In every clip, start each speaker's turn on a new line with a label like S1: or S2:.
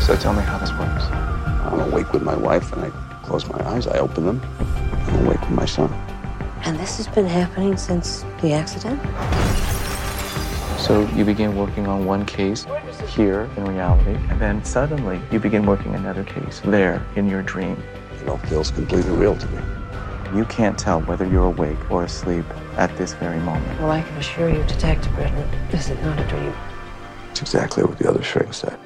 S1: So tell me how this works.
S2: I'm awake with my wife and I close my eyes, I open them, I'm awake with my son.
S3: And this has been happening since the accident?
S1: So you begin working on one case here in reality, and then suddenly you begin working another case there in your dream.
S2: It all feels completely real to me.
S1: You can't tell whether you're awake or asleep at this very moment.
S3: Well, I can assure you, Detective Britton, this is not a dream.
S2: It's exactly what the other shrink said.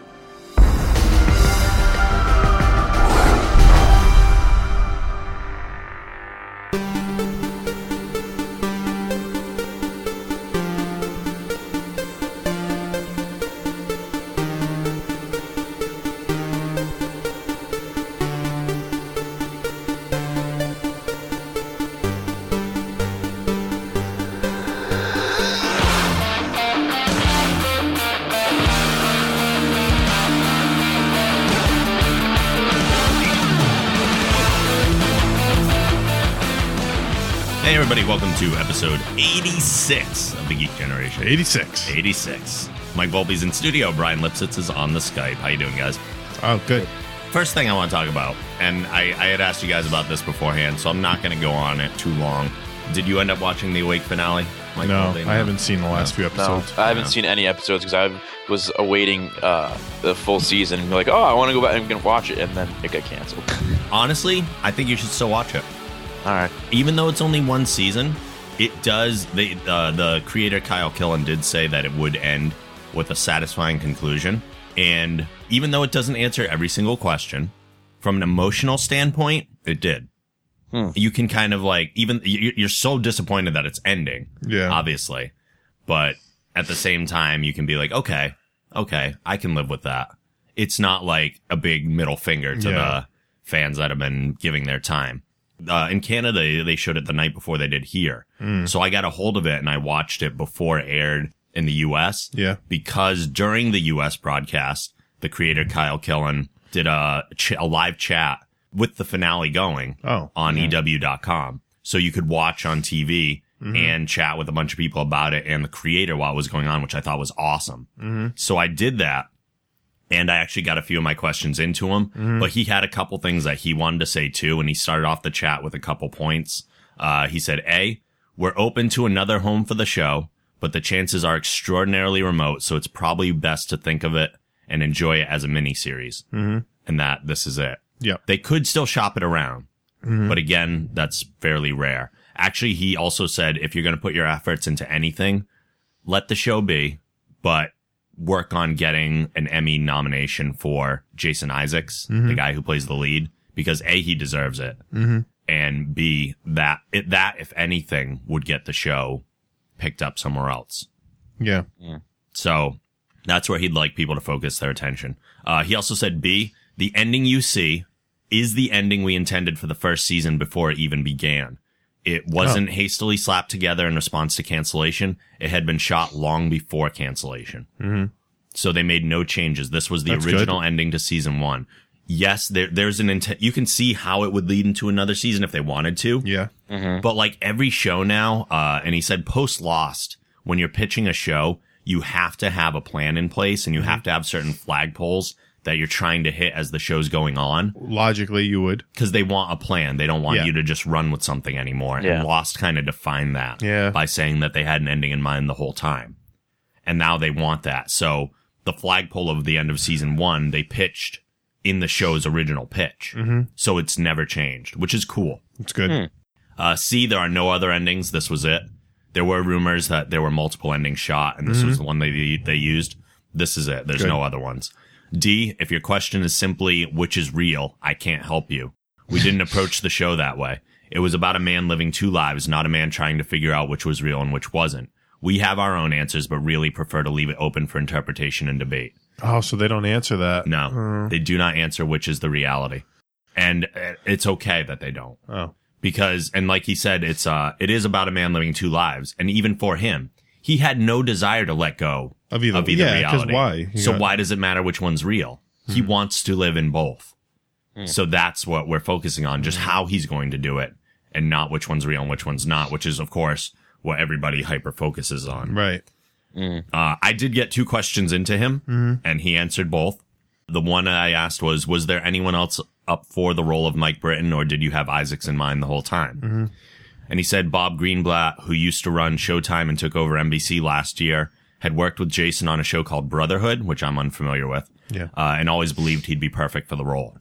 S4: Hey, everybody, welcome to episode 86 of The Geek Generation.
S5: 86.
S4: 86. Mike Volpe's in studio. Brian Lipsitz is on the Skype. How you doing, guys?
S5: Oh, good.
S4: First thing I want to talk about, and I, I had asked you guys about this beforehand, so I'm not going to go on it too long. Did you end up watching the Awake finale? Mike
S5: no,
S4: Volpe?
S5: I haven't seen the last few
S6: No,
S5: episodes.
S6: I haven't
S4: Yeah.
S6: seen any episodes because I was awaiting uh, the full season. And be like, oh, I want to go back and gonna watch it, and then it got canceled.
S4: Honestly, I think you should still watch it.
S6: All right,
S4: even though it's only one season, it does. They, uh, the creator Kyle Killen did say that it would end with a satisfying conclusion, and even though it doesn't answer every single question, from an emotional standpoint, it did.
S6: Hmm.
S4: You can kind of like even you- you're so disappointed that it's ending,
S5: Yeah.
S4: obviously, but at the same time, you can be like, okay, okay, I can live with that. It's not like a big middle finger to
S5: Yeah.
S4: the fans that have been giving their time. Uh, in Canada, they showed it the night before they did here.
S5: Mm.
S4: So I got a hold of it and I watched it before it aired in the US
S5: Yeah.
S4: because during the U.S. broadcast, the creator Kyle Killen did a, ch- a live chat with the finale going
S5: Oh.
S4: on E EW.com. So you could watch on TV and chat with a bunch of people about it and the creator while it was going on, which I thought was awesome. So I did that. And I actually got a few of my questions into him, but he had a couple things that he wanted to say too. And he started off the chat with a couple points. Uh, he said, A, we're open to another home for the show, but the chances are extraordinarily remote. So it's probably best to think of it and enjoy it as a mini series and that this is it.
S5: Yep.
S4: They could still shop it around, but again, that's fairly rare. Actually, he also said if you're going to put your efforts into anything, let the show be, but work on getting an Emmy nomination for Jason Isaacs, the guy who plays the lead, because A, he deserves it. And B, that, it, that, if anything, would get the show picked up somewhere else.
S5: Yeah.
S6: Mm.
S4: So that's where he'd like people to focus their attention. Uh, he also said, B, the ending you see is the ending we intended for the first season before it even began. It
S5: Oh.
S4: wasn't hastily slapped together in response to cancellation. It had been shot long before cancellation. Mm-hmm. So they made no changes. This was the
S5: That's good.
S4: original ending to season one. Yes, there, there's an intent. You can see how it would lead into another season if they wanted to.
S5: Yeah.
S6: Mm.
S4: But like every show now, uh, and he said post Lost, when you're pitching a show, you have to have a plan in place and you
S5: Mm-hmm.
S4: have to have certain flagpoles that you're trying to hit as the show's going on
S5: Logically, you would.
S4: because they want a plan. They don't want
S5: Yeah.
S4: you to just run with something anymore.
S6: Yeah.
S4: And Lost kind of defined that
S5: Yeah.
S4: by saying that they had an ending in mind the whole time. And now they want that. So the flagpole of the end of season one, they pitched in the show's original pitch.
S5: Mm-hmm.
S4: So it's never changed, which is cool.
S5: It's good.
S6: Hmm.
S4: Uh, C, there are no other endings. This was it. There were rumors that there were multiple endings shot, and this was the one they they used. This is it. There's
S5: Good.
S4: no other ones. D, if your question is simply which is real, I can't help you. We didn't approach the show that way. It was about a man living two lives, not a man trying to figure out which was real and which wasn't. We have our own answers, but really prefer to leave it open for interpretation and debate.
S5: Oh, so they don't answer that.
S4: No,
S5: uh,
S4: they do not answer which is the reality. And uh, it's okay that they don't
S5: Oh.
S4: because and like he said it's uh it is about a man living two lives and even for him he had no desire to let go
S5: Of either-
S4: of either
S5: yeah, 'cause
S4: reality
S5: why? You
S4: so
S5: got- Hmm.
S4: why does it matter which one's real he wants to live in both so that's what we're focusing on just
S5: Hmm.
S4: how he's going to do it and not which one's real and which one's not which is of course what everybody hyper focuses on
S5: Right.
S4: uh, I did get two questions into him, and he answered both. The one I asked was, was there anyone else up for the role of Mike Britton or did you have Isaacs in mind the whole time? And he said Bob Greenblatt, who used to run Showtime and took over NBC last year, had worked with Jason on a show called Brotherhood, which I'm unfamiliar with,
S7: Yeah.
S4: uh, and always believed he'd be perfect for the role.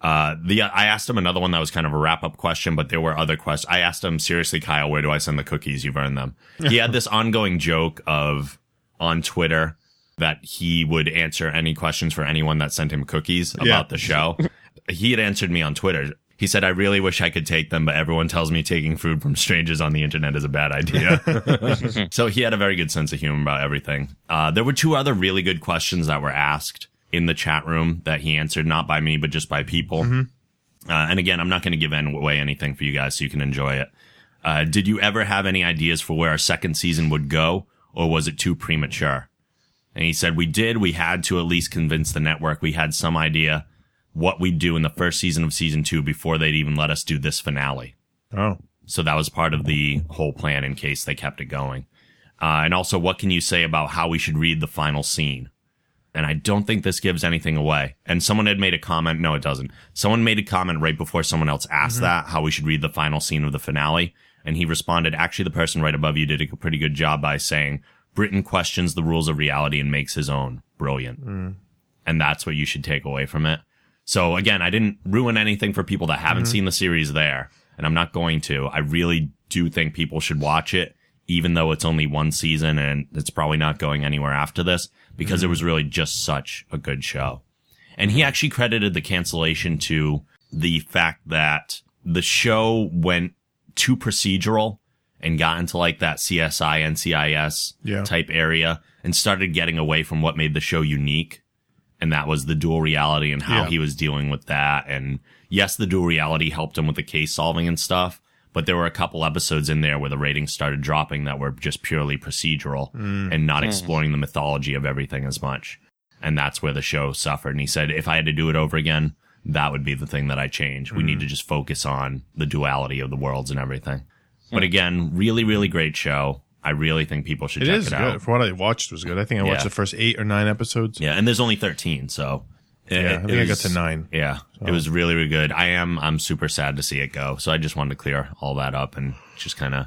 S4: Uh, the I asked him another one that was kind of a wrap up question, but there were other questions. I asked him seriously, Kyle, where do I send the cookies? You've earned them. He had this ongoing joke of on Twitter that he would answer any questions for anyone that sent him cookies about
S7: Yeah.
S4: the show. he had answered me on Twitter. He said, I really wish I could take them, but everyone tells me taking food from strangers on the internet is a bad idea. so he had a very good sense of humor about everything. Uh, there were two other really good questions that were asked in the chat room that he answered, not by me, but just by people. Uh, and again, I'm not going to give an- away anything for you guys so you can enjoy it. Uh, did you ever have any ideas for where our second season would go, or was it too premature? And he said, We did. We had to at least convince the network. We had some idea what we'd do in the first season of season two before they'd even let us do this finale.
S7: Oh.
S4: So that was part of the whole plan in case they kept it going. Uh, and also, what can you say about how we should read the final scene? And I don't think this gives anything away. And someone had made a comment. No, it doesn't. Someone made a comment right before someone else asked that, how we should read the final scene of the finale. And he responded, actually, the person right above you did a pretty good job by saying, Britain questions the rules of reality and makes his own. Brilliant. And that's what you should take away from it. So again, I didn't ruin anything for people that haven't seen the series there, and I'm not going to. I really do think people should watch it, even though it's only one season and it's probably not going anywhere after this because it was really just such a good show. And he actually credited the cancellation to the fact that the show went too procedural and got into like that CSI, NCIS
S7: Yeah.
S4: type area and started getting away from what made the show unique and that was the dual reality and how
S7: Yeah.
S4: he was dealing with that. And yes, the dual reality helped him with the case solving and stuff, but there were a couple episodes in there where the ratings started dropping that were just purely procedural
S7: Mm.
S4: and not exploring the mythology of everything as much. And that's where the show suffered. And he said, if I had to do it over again, that would be the thing that I change. We
S7: Mm.
S4: need to just focus on the duality of the worlds and everything. But again, really, really great show. I really think people should
S7: It
S4: check
S7: is
S4: it
S7: good.
S4: out.
S7: For what I watched it was good. I think I watched
S4: Yeah.
S7: the first eight or nine episodes.
S4: Yeah, and there's only 13, so it-
S7: Yeah, I
S4: it
S7: think I got
S4: was-
S7: to nine.
S4: Yeah, it was really really good. I am I'm super sad to see it go, so I just wanted to clear all that up and just kind of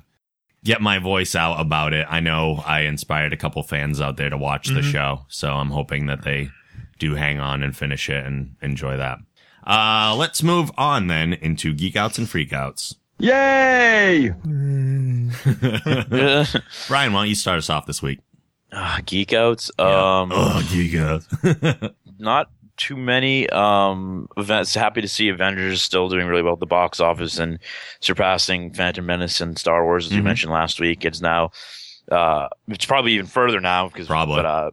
S4: get my voice out about it. I know I inspired a couple fans out there to watch
S7: Mm-hmm.
S4: the show, so I'm hoping that they do hang on and finish it and enjoy that. Uh, let's move on then into geek outs and freakouts.
S2: Yay!
S6: Ah,
S4: Brian, why don't you start us off this week?
S6: geek outs. Um,
S4: oh, geek outs.
S6: not too many um events happy to see avengers still doing really well at the box office and surpassing phantom menace and star wars as
S4: Mm-hmm.
S6: you mentioned last week it's now uh it's probably even further now because
S4: Probably.
S6: but uh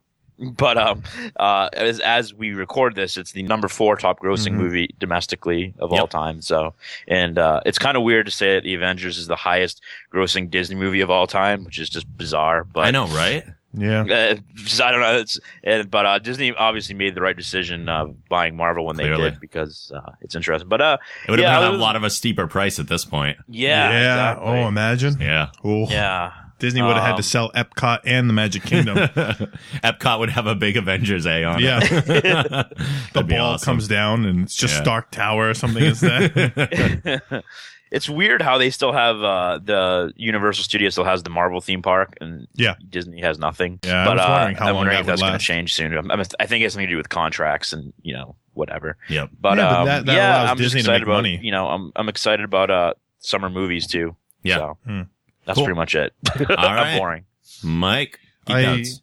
S6: but um uh as as we record this it's the number four top grossing movie domestically of all
S4: Mm-hmm. Yep.
S6: time so and uh it's kind of weird to say that the avengers is the highest grossing disney movie of all time which is just bizarre but
S4: I know, right?
S7: Yeah.
S6: uh, just- I don't know. It's, uh, but uh, Disney obviously made the right decision uh, buying Marvel when they
S4: Clearly.
S6: did because uh, it's interesting. But uh,
S4: It would have
S6: Yeah,
S4: been
S6: I
S4: a
S6: was-
S4: lot of a steeper price at this point.
S6: yeah,
S7: Yeah.
S6: exactly.
S7: Oh, imagine.
S4: Yeah.
S7: Oh.
S6: yeah.
S7: Disney would have had
S6: Um,
S7: to sell Epcot and the Magic Kingdom.
S4: Epcot would have a big Avengers A on
S7: Yeah.
S4: it.
S7: the
S4: That'd be
S7: ball
S4: awesome.
S7: comes down and it's just
S4: Yeah.
S7: Stark Tower or something instead.
S6: It's weird how they still have uh, the Universal Studios still has the Marvel theme park and
S7: Yeah.
S6: Disney has nothing.
S7: Yeah, I
S6: but
S7: was
S6: uh,
S7: wondering how
S6: I'm
S7: long
S6: wondering
S7: that
S6: if that's
S7: would
S6: going to
S7: last.
S6: change soon. I'm, I'm- I think it has something to do with contracts and you know whatever.
S4: Yep.
S6: But,
S7: Yeah, but
S6: um,
S7: that- that
S6: yeah,
S7: allows
S6: I'm just
S7: Disney to
S6: excited
S7: make
S6: about
S7: money.
S6: you know I'm I'm excited about uh, summer movies too.
S4: Yeah.
S6: So,
S7: Hmm.
S6: That's
S4: Cool.
S6: pretty much it.
S4: All right.
S6: I'm boring.
S4: Mike, geek
S7: I-
S4: outs.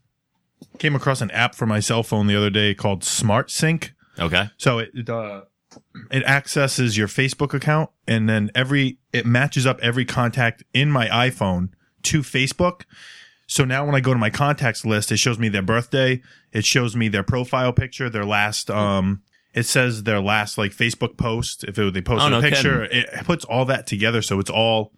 S7: Came across an app for my cell phone the other day called Smart Sync.
S4: Okay.
S7: So it it, uh, it accesses your Facebook account, and then every it matches up every contact in my iPhone to Facebook. So now when I go to my contacts list, it shows me their birthday, it shows me their profile picture, their last um. It says their last like Facebook post if it, they post
S4: Oh,
S7: a
S4: no
S7: picture. It puts all that together, so it's all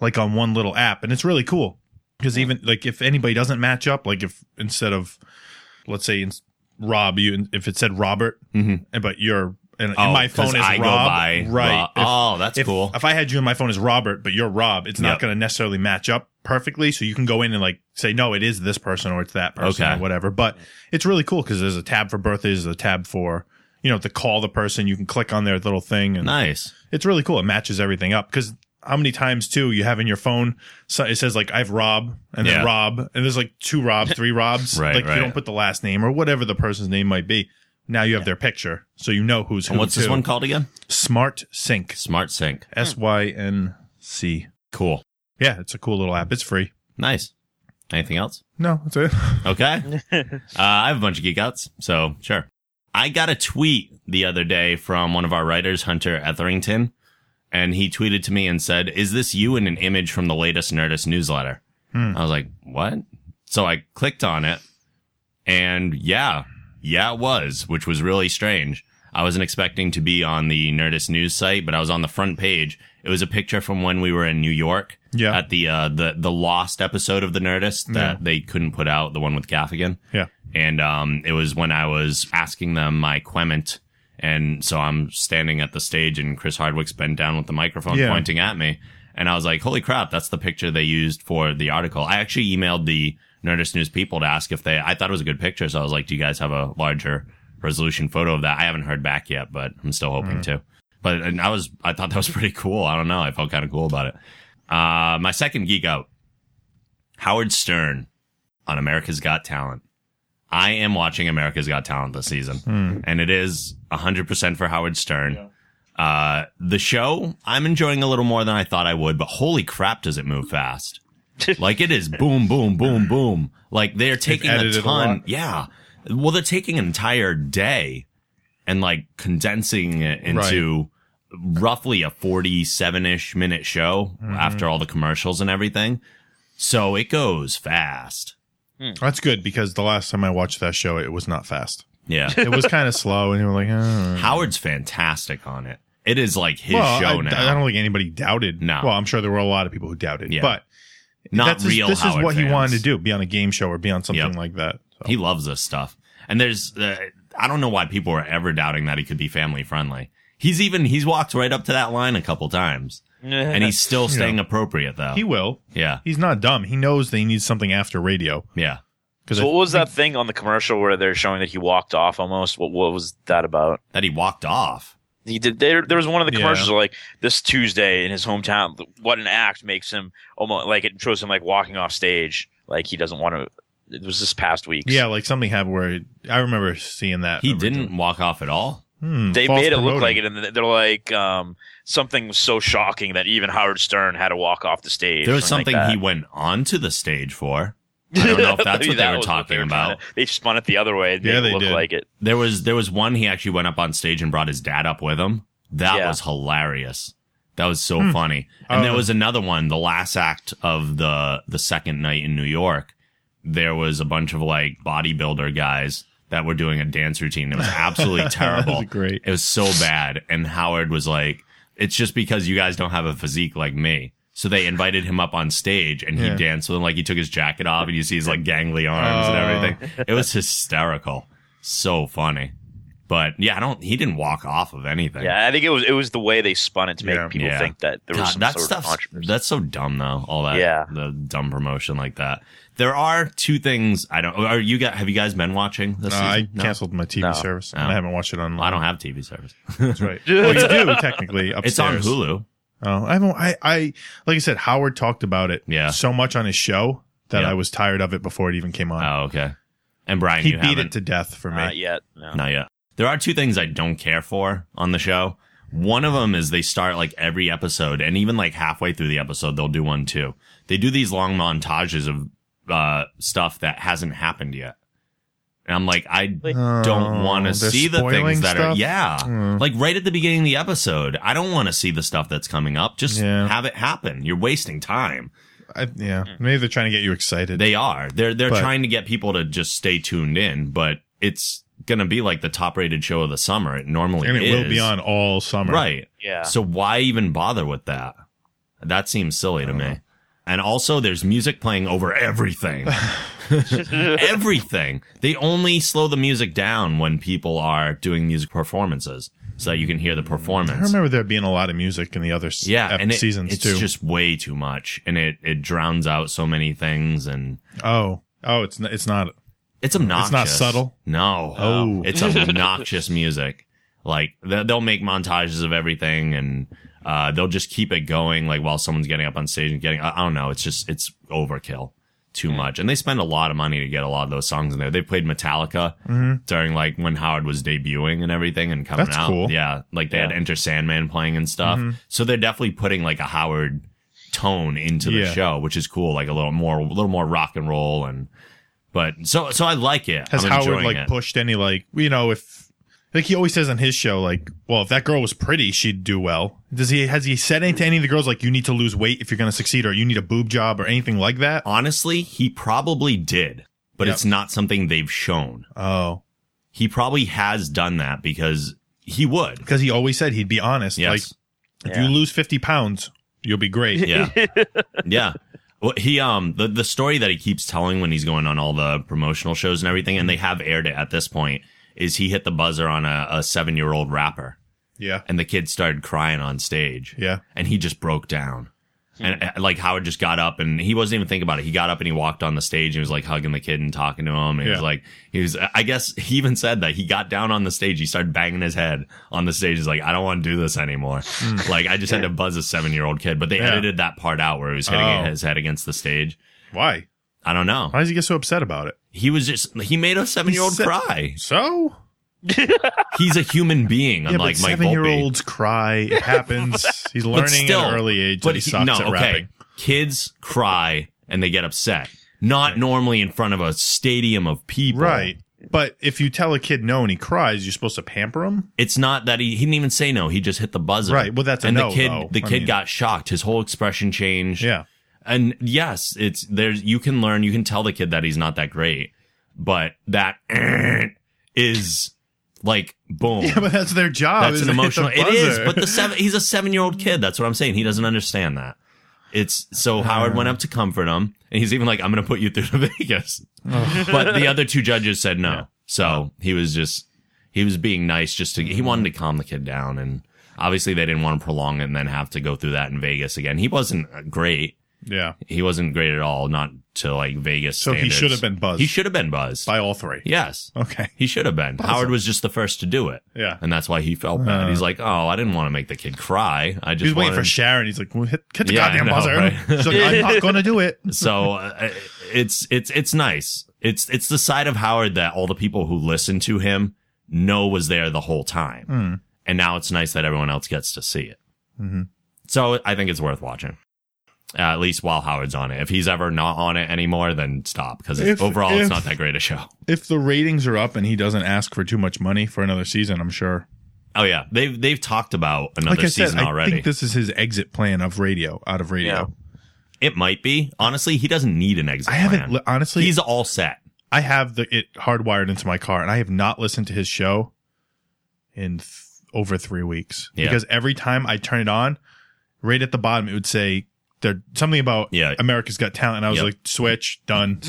S7: like on one little app, and it's really cool because even like if anybody doesn't match up, like if instead of let's say in, Rob, you if it said Robert, and- but you're and, and
S4: Mm-hmm. Oh,
S7: my
S4: 'cause
S7: phone is
S4: I
S7: Rob,
S4: go by
S7: right?
S4: Rob. Oh, that's
S7: if,
S4: cool.
S7: If I had you in my phone as Robert, but you're Rob, it's
S4: Yep.
S7: not going to necessarily match up perfectly. So you can go in and like say, no, it is this person or it's that person
S4: Okay.
S7: or whatever. But it's really cool because there's a tab for birthdays, there's a tab for you know, to call the person. You can click on their little thing and
S4: Nice.
S7: it's really cool. It matches everything up because how many times too you have in your phone so it says like I have Rob and
S4: Yeah.
S7: then Rob and there's like two Rob, three Robs.
S4: Right,
S7: like
S4: right.
S7: you don't put the last name or whatever the person's name might be. Now you have their picture, so you know who's who.
S4: And what's this
S7: too.
S4: one called again?
S7: Smart Sync.
S4: Smart Sync.
S7: S Y N C.
S4: Cool.
S7: Yeah, it's a cool little app. It's free.
S4: Nice. Anything else?
S7: No, that's it.
S4: Okay. uh, I have a bunch of geek outs, so sure. I got a tweet the other day from one of our writers, Hunter Etherington, and he tweeted to me and said, Is this you in an image from the latest Nerdist newsletter? I was like, What? So I clicked on it, and yeah, yeah, it was, which was really strange. I wasn't expecting to be on the Nerdist news site, but I was on the front page. It was a picture from when we were in New York
S7: Yeah.
S4: at the uh, the the lost episode of the Nerdist that they couldn't put out, the one with Gaffigan.
S7: Yeah.
S4: And um, it was when I was asking them my Quement. And so I'm standing at the stage and Chris Hardwick's bent down with the microphone
S7: Yeah.
S4: pointing at me. And I was like, holy crap, that's the picture they used for the article. I actually emailed the Nerdist News people to ask if they, I thought it was a good picture. So I was like, do you guys have a larger resolution photo of that? I haven't heard back yet, but I'm still hoping to. But and I was, I thought that was pretty cool. I don't know. I felt kind of cool about it. Uh, my second geek out, Howard Stern on America's Got Talent. I am watching America's Got Talent this season,
S7: Hmm.
S4: and it is 100% for Howard Stern. Uh, the show, I'm enjoying a little more than I thought I would, but holy crap, does it move fast! like it is boom, boom, boom, boom. Like they're taking a
S7: edited a
S4: ton.
S7: lot.
S4: yeah. Well, they're taking an entire day and like condensing it into roughly a 47 ish minute show
S7: Mm-hmm.
S4: after all the commercials and everything. So it goes fast.
S7: that's good because the last time I watched that show, it was not fast.
S4: Yeah.
S7: It was kind of slow, and you were like, oh.
S4: Howard's fantastic on it. It is like his
S7: well,
S4: show
S7: I,
S4: now.
S7: I don't think anybody doubted.
S4: No.
S7: Well, I'm sure there were a lot of people who doubted.
S4: Yeah.
S7: But
S4: Not
S7: that's just-
S4: real
S7: This
S4: Howard
S7: is what
S4: fans.
S7: he wanted to do: be on a game show or be on something
S4: Yep.
S7: like that. So.
S4: He loves this stuff. And there's, uh, I don't know why people are ever doubting that he could be family friendly. He's even, he's walked right up to that line a couple times and he's still staying appropriate though.
S7: He will.
S4: yeah.
S7: He's not dumb. He knows that he needs something after radio.
S4: Yeah.
S7: Because
S6: So what was that thing on the commercial where they're showing that he walked off almost? What, what was that about?
S4: That he walked off.
S6: He did. There, there was one of the
S7: Yeah.
S6: commercials like this Tuesday in his hometown. What an act makes him almost like it shows him like walking off stage, like he doesn't want to. It was this past week.
S7: yeah, like something happened where I remember seeing that.
S4: He didn't walk off at all.
S7: Hmm,
S6: they
S7: false
S6: made it
S7: promoting.
S6: look like it, and they're like um, something was so shocking that even Howard Stern had to walk off the stage.
S4: There was
S6: or
S4: something
S6: like that.
S4: he went onto the stage for. I don't know if that's
S6: Maybe
S4: what they
S6: that
S4: were
S6: was
S4: talking
S6: trying
S4: about.
S6: to- they spun it the other way. And made
S7: Yeah,
S6: it
S7: they
S6: look
S7: did.
S6: like it.
S4: There was there was one he actually went up on stage and brought his dad up with him. That
S6: Yeah.
S4: was hilarious. That was so funny. And
S7: Oh.
S4: there was another one, the last act of the the second night in New York. There was a bunch of like bodybuilder guys that were doing a dance routine. It was absolutely terrible.
S7: great.
S4: It was so bad. And Howard was like, "It's just because you guys don't have a physique like me." So they invited him up on stage and he
S7: Yeah.
S4: danced with him. Like he took his jacket off and you see his like gangly arms
S7: Oh.
S4: and everything. It was hysterical. So funny. But yeah, I don't. He didn't walk off of anything.
S6: Yeah, I think it was it was the way they spun it to make
S7: Yeah.
S6: people
S4: Yeah.
S6: think that there was
S4: God,
S6: some
S4: that
S6: sort of
S4: stuff's-
S6: controversy.
S4: That's so dumb, though. All that.
S6: Yeah.
S4: The dumb promotion like that. There are two things I don't. Are you guys? Have you guys been watching this?
S7: No,
S4: season?
S7: Uh, I
S4: No?
S7: canceled my TV
S6: No.
S7: service and
S4: No.
S7: I haven't watched it online.
S4: I don't have TV service.
S7: That's right. well, you do technically. Upstairs.
S4: It's on Hulu.
S7: Oh, I haven't. I, I like I said, Howard talked about it.
S4: Yeah.
S7: So much on his show that
S4: Yeah.
S7: I was tired of it before it even came on.
S4: Oh, okay. And Brian,
S7: he
S4: you
S7: beat
S4: haven't. Uh,
S7: it to death for me.
S6: Not yet. No.
S4: Not yet. There are two things I don't care for on the show. One of them is they start like every episode, and even like halfway through the episode, they'll do one too. They do these long montages of uh, stuff that hasn't happened yet. And I'm like, I don't
S7: Oh,
S4: want to
S7: they're
S4: see the things
S7: spoiling
S4: that are,
S7: stuff?
S4: yeah.
S7: Hmm.
S4: Like right at the beginning of the episode, I don't want to see the stuff that's coming up. Just
S7: Yeah.
S4: have it happen. You're wasting time.
S7: I, yeah. Maybe they're trying to get you excited.
S4: They are. They're they're
S7: But-
S4: trying to get people to just stay tuned in, but it's gonna be like the top rated show of the summer. It normally
S7: and it
S4: is.
S7: will be on all summer.
S4: Right.
S6: Yeah.
S4: So why even bother with that? That seems silly to me. And also there's music playing over everything. everything. They only slow the music down when people are doing music performances so that you can hear the
S7: Mm, I
S4: performance.
S7: remember there being a lot of music in the other s-
S4: Yeah,
S7: ep-
S4: and it,
S7: seasons
S4: it's
S7: too.
S4: just way too much and it it drowns out so many things and
S7: oh, oh, it's n- it's not.
S4: It's obnoxious.
S7: subtle?
S4: No.
S7: Oh.
S4: It's obnoxious music. Like they- they'll make montages of everything and uh, they'll just keep it going. Like while someone's getting up on stage and getting, I, I don't know. It's just, it's overkill too
S7: Hmm.
S4: much. And they spend a lot of money to get a lot of those songs in there. They played Metallica during like when Howard was debuting and everything and coming
S7: Mm-hmm. That's
S4: out.
S7: cool. Mm-hmm.
S4: Yeah. Like they had
S6: Yeah.
S4: Enter Sandman playing and stuff. So they're definitely putting like a Howard tone into the
S7: Yeah.
S4: show, which is cool. Like a little more, a little more rock and roll and, but so, so I like it.
S7: Has
S4: I'm
S7: Howard
S4: enjoying
S7: like
S4: it.
S7: pushed any like you know if like he always says on his show like well if that girl was pretty she'd do well. Does he has he said anything to any of the girls like you need to lose weight if you're going to succeed or you need a boob job or anything like that?
S4: Honestly, he probably did, but
S7: Yep.
S4: it's not something they've shown.
S7: Oh,
S4: He probably has done that because he would.
S7: because he always said he'd be honest.
S4: Yes.
S7: Like if
S6: Yeah.
S7: you lose fifty pounds, you'll be great.
S4: yeah. yeah. Well, he um the the story that he keeps telling when he's going on all the promotional shows and everything, and they have aired it at this point, is he hit the buzzer on a, a seven year old rapper,
S7: Yeah.
S4: and the kid started crying on stage.
S7: Yeah.
S4: and he just broke down. And uh, like Howard just got up and he wasn't even thinking about it. He got up and he walked on the stage and he was like hugging the kid and talking to him. And he was
S7: Yeah.
S4: like, he was, I guess he even said that he got down on the stage. He started banging his head on the stage. He's like, I don't want to do this anymore. like I just had to buzz a seven year old kid, but they
S7: Hmm. Yeah.
S4: edited that part out where he was hitting
S7: Oh.
S4: his head against the stage.
S7: Why?
S4: I don't know.
S7: Why does he get so upset about it?
S4: He was just, he made a seven year old
S7: He said-
S4: cry.
S7: So
S4: He's a human being,
S7: yeah, but
S4: unlike Mike
S7: seven year
S4: Volpe.
S7: olds cry. It happens. He's learning at an early age that he
S4: he-
S7: sucks at rapping.
S4: Kids cry and they get upset. Not normally in front of a stadium of people.
S7: Right. But if you tell a kid no and he cries, you're supposed to pamper him.
S4: It's not that he, he didn't even say no. He just hit the buzzer.
S7: Right. Well, that's a
S4: and
S7: no,
S4: the kid
S7: though.
S4: the
S7: I
S4: kid
S7: mean-
S4: got shocked. His whole expression changed.
S7: Yeah.
S4: And yes, it's there's you can learn. You can tell the kid that he's not that great, but that is like boom.
S7: Yeah, but that's their job.
S4: That's an
S7: is to hit the
S4: emotional. It is,
S7: buzzer.
S4: but the seven. He's a seven-year-old kid. That's what I'm saying. He doesn't understand that. It's so Howard
S7: Uh.
S4: went up to comfort him, and he's even like, "I'm going to put you through to Vegas." but the other two judges said no. So he was just he was being nice, just to he wanted to calm the kid down, and obviously they didn't want to prolong it and then have to go through that in Vegas again. He wasn't uh, great.
S7: yeah,
S4: He wasn't great at all, not to like Vegas.
S7: So he
S4: standards.
S7: should have been buzzed.
S4: He should have been buzzed.
S7: by all three.
S4: yes.
S7: Okay.
S4: He should have been. Howard was just the first to do it.
S7: Yeah. Uh.
S4: And that's why he felt bad. He's like, oh, I didn't want to make the kid cry. I just
S7: He's waiting for
S4: wanted-
S7: Sharon. He's like, well, hit, hit the
S4: Yeah, I
S7: goddamn
S4: know,
S7: buzzer.
S4: right?
S7: She's like, I'm not gonna do it.
S4: so uh, it's it's it's nice. It's it's the side of Howard that all the people who listen to him know was there the whole time,
S7: Hmm.
S4: and now it's nice that everyone else gets to see it.
S7: Mm-hmm.
S4: So I think it's worth watching. Uh, at least while Howard's on it. If he's ever not on it anymore, then stop because
S7: If-
S4: overall it's
S7: if-
S4: not that great a show.
S7: If the ratings are up and he doesn't ask for too much money for another season, I'm sure.
S4: Oh yeah, they've they've talked about another
S7: like I said,
S4: season already.
S7: I think this is his exit plan of radio, out of radio.
S6: Yeah.
S4: It might be. Honestly, he doesn't need an exit.
S7: I haven't
S4: plan.
S7: li- honestly-
S4: He's all set.
S7: I have the it hardwired into my car, and I have not listened to his show in th- over three weeks
S4: Yeah.
S7: because every time I turn it on, right at the bottom it would say there something about
S4: Yeah.
S7: America's Got Talent, and I was
S4: Yep.
S7: like, switch, done.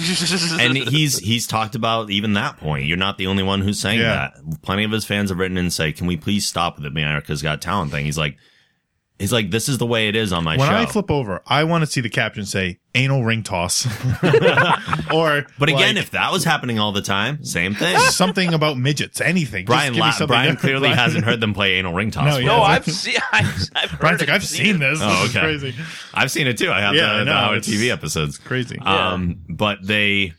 S4: And he's he's talked about even that point. You're not the only one who's saying
S7: Yeah.
S4: that. Plenty of his fans have written and say, "Can we please stop with the America's Got Talent thing?" He's like, he's like, this is the way it is on my
S7: When
S4: show.
S7: I flip over, I want to see the caption say "anal ring toss," or
S4: but again,
S7: like,
S4: if that was happening all the time, same thing.
S7: something about midgets, anything. Just
S4: Brian
S7: give me
S4: La-
S7: something
S4: Brian
S7: different.
S4: clearly
S7: Brian-
S4: hasn't heard them play anal ring toss.
S7: No,
S4: before.
S7: yeah.
S6: no, I've seen. I've, I've heard
S7: Brian's like,
S6: it,
S7: I've seen this.
S4: Oh,
S7: this is
S4: okay.
S7: crazy,
S4: I've seen it too. I have
S7: Yeah,
S4: the,
S7: I
S4: the
S7: know.
S4: Howard
S7: It's-
S4: TV episodes.
S7: crazy.
S4: Um, but they,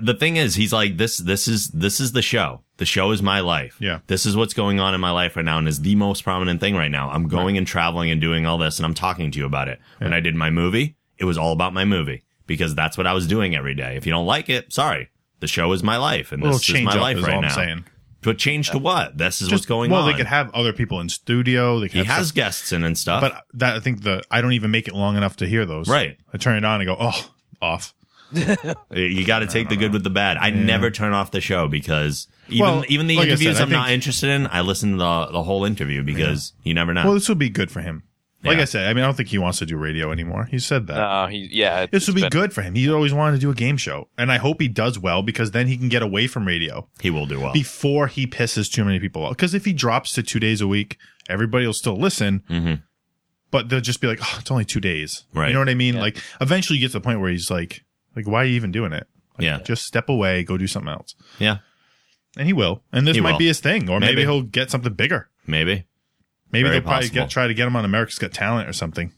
S4: the thing is, he's like, this, this is, this is the show. The show is my life.
S7: Yeah.
S4: This is what's going on in my life right now and is the most prominent thing right now. I'm going and traveling and doing all this and I'm talking to you about it. When I did my movie, it was all about my movie because that's what I was doing every day. If you don't like it, sorry. The show is my life and
S7: Little
S4: this is
S7: change
S4: my
S7: up
S4: life
S7: is
S4: right
S7: all I'm
S4: now.
S7: saying. Uh,
S4: But change to what? This is what's
S7: Just-
S4: going
S7: well,
S4: on.
S7: they could have other people in studio. They could
S4: he
S7: have
S4: has guests in and stuff.
S7: But that I think the I don't even make it long enough to hear those.
S4: Uh, Right.
S7: I turn it on and go, oh, off.
S4: You got to take the good with the bad. I never turn off the show because even
S7: Well,
S4: even the
S7: like I said,
S4: interviews
S7: I
S4: I'm not
S7: think-
S4: interested in, I listen to the, the whole interview because you never know.
S7: Well, this will be good for him. Like
S4: Yeah. Uh,
S7: I said, I mean, I don't think he wants to do radio anymore. He said that.
S6: No, he, yeah.
S7: this will be
S6: it's been-
S7: good for him. He's always wanted to do a game show, and I hope he does well because then he can get away from radio
S4: he will do well.
S7: before he pisses too many people off. Because if he drops to two days a week, everybody will still listen,
S4: Mhm.
S7: but they'll just be like, "Oh, it's only two days."
S4: Right.
S7: You know what I mean? Like, eventually, you get to the point where he's like, "Like, why are you even doing it? Like,
S4: Yeah.
S7: just step away, go do something else."
S4: Yeah.
S7: and he will. And this
S4: He
S7: might
S4: will.
S7: be his thing, or maybe.
S4: Maybe.
S7: he'll get something bigger.
S4: Maybe.
S7: Maybe
S4: Very
S7: they'll probably
S4: possible.
S7: get, try to get him on America's Got Talent or something.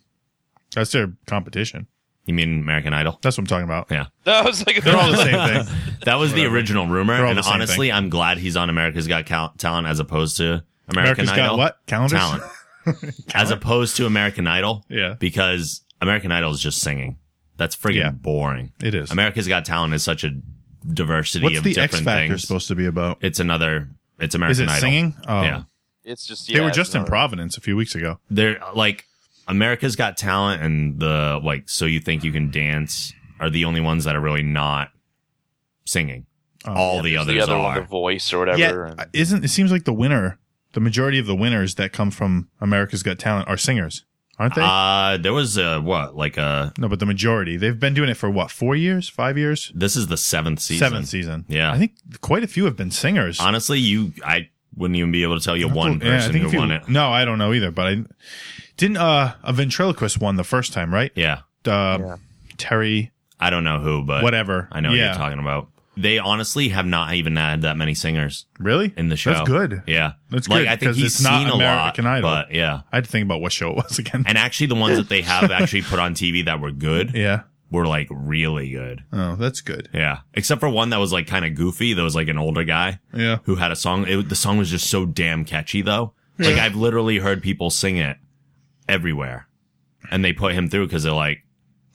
S7: That's their competition.
S4: You mean American Idol?
S7: That's what I'm talking about.
S4: Yeah.
S6: That was like
S7: They're all the same thing.
S4: That was the original rumor.
S7: They're all
S4: And
S7: the same
S4: honestly, I'm glad he's on America's Got Cal- Talent as opposed to American
S7: America's Got
S4: Idol.
S7: what? Calendars?
S4: Talent. as opposed to American Idol.
S7: Yeah.
S4: Because American Idol is just singing. That's friggin'
S7: Yeah.
S4: boring.
S7: It is.
S4: America's Got Talent is such a diversity
S7: What's
S4: of
S7: the
S4: different
S7: X Factor
S4: things.
S7: supposed to be about?
S4: it's another. It's American
S7: Is it
S4: Idol.
S7: singing? Oh.
S4: Yeah.
S6: It's just
S7: they
S6: yeah,
S7: were
S6: it's
S7: just in
S6: another-
S7: Providence a few weeks ago.
S4: They're like America's Got Talent and the like. So you think you can dance are the only ones that are really not singing.
S7: Oh.
S4: All the
S6: There's
S4: others
S6: the other one,
S4: are.
S6: the voice or whatever. and-
S7: Yeah, isn't it seems like the winner, the majority of the winners that come from America's Got Talent are singers, aren't they?
S4: uh, there was a what like a
S7: no, but the majority. They've been doing it for what, four years, five years,
S4: this is the seventh season.
S7: seventh season.
S4: Yeah.
S7: I think quite a few have been singers.
S4: Honestly, you I wouldn't even be able to tell you one
S7: Yeah, I
S4: person
S7: think if
S4: who
S7: you-
S4: won it.
S7: No, I don't know either. But I didn't. Uh, a ventriloquist won the first time, right?
S4: Yeah,
S7: Uh, Terry,
S4: I don't know who, but
S7: whatever.
S4: I know what
S7: yeah.
S4: you're talking about. They honestly have not even had that many singers
S7: Really?
S4: in the show.
S7: That's good.
S4: Yeah,
S7: That's
S4: like
S7: good,
S4: I think
S7: 'cause
S4: he's
S7: it's not
S4: seen a
S7: American
S4: lot,
S7: Idol.
S4: but yeah.
S7: I had to think about what show it was again.
S4: And actually, the ones that they have actually put on TV that were good
S7: yeah.
S4: were like really good.
S7: Oh, that's good.
S4: Yeah, except for one that was like kind of goofy. That was like an older guy
S7: Yeah.
S4: who had a song. It, the song was just so damn catchy, though. Like I've literally heard people sing it everywhere, and they put him through because they're like,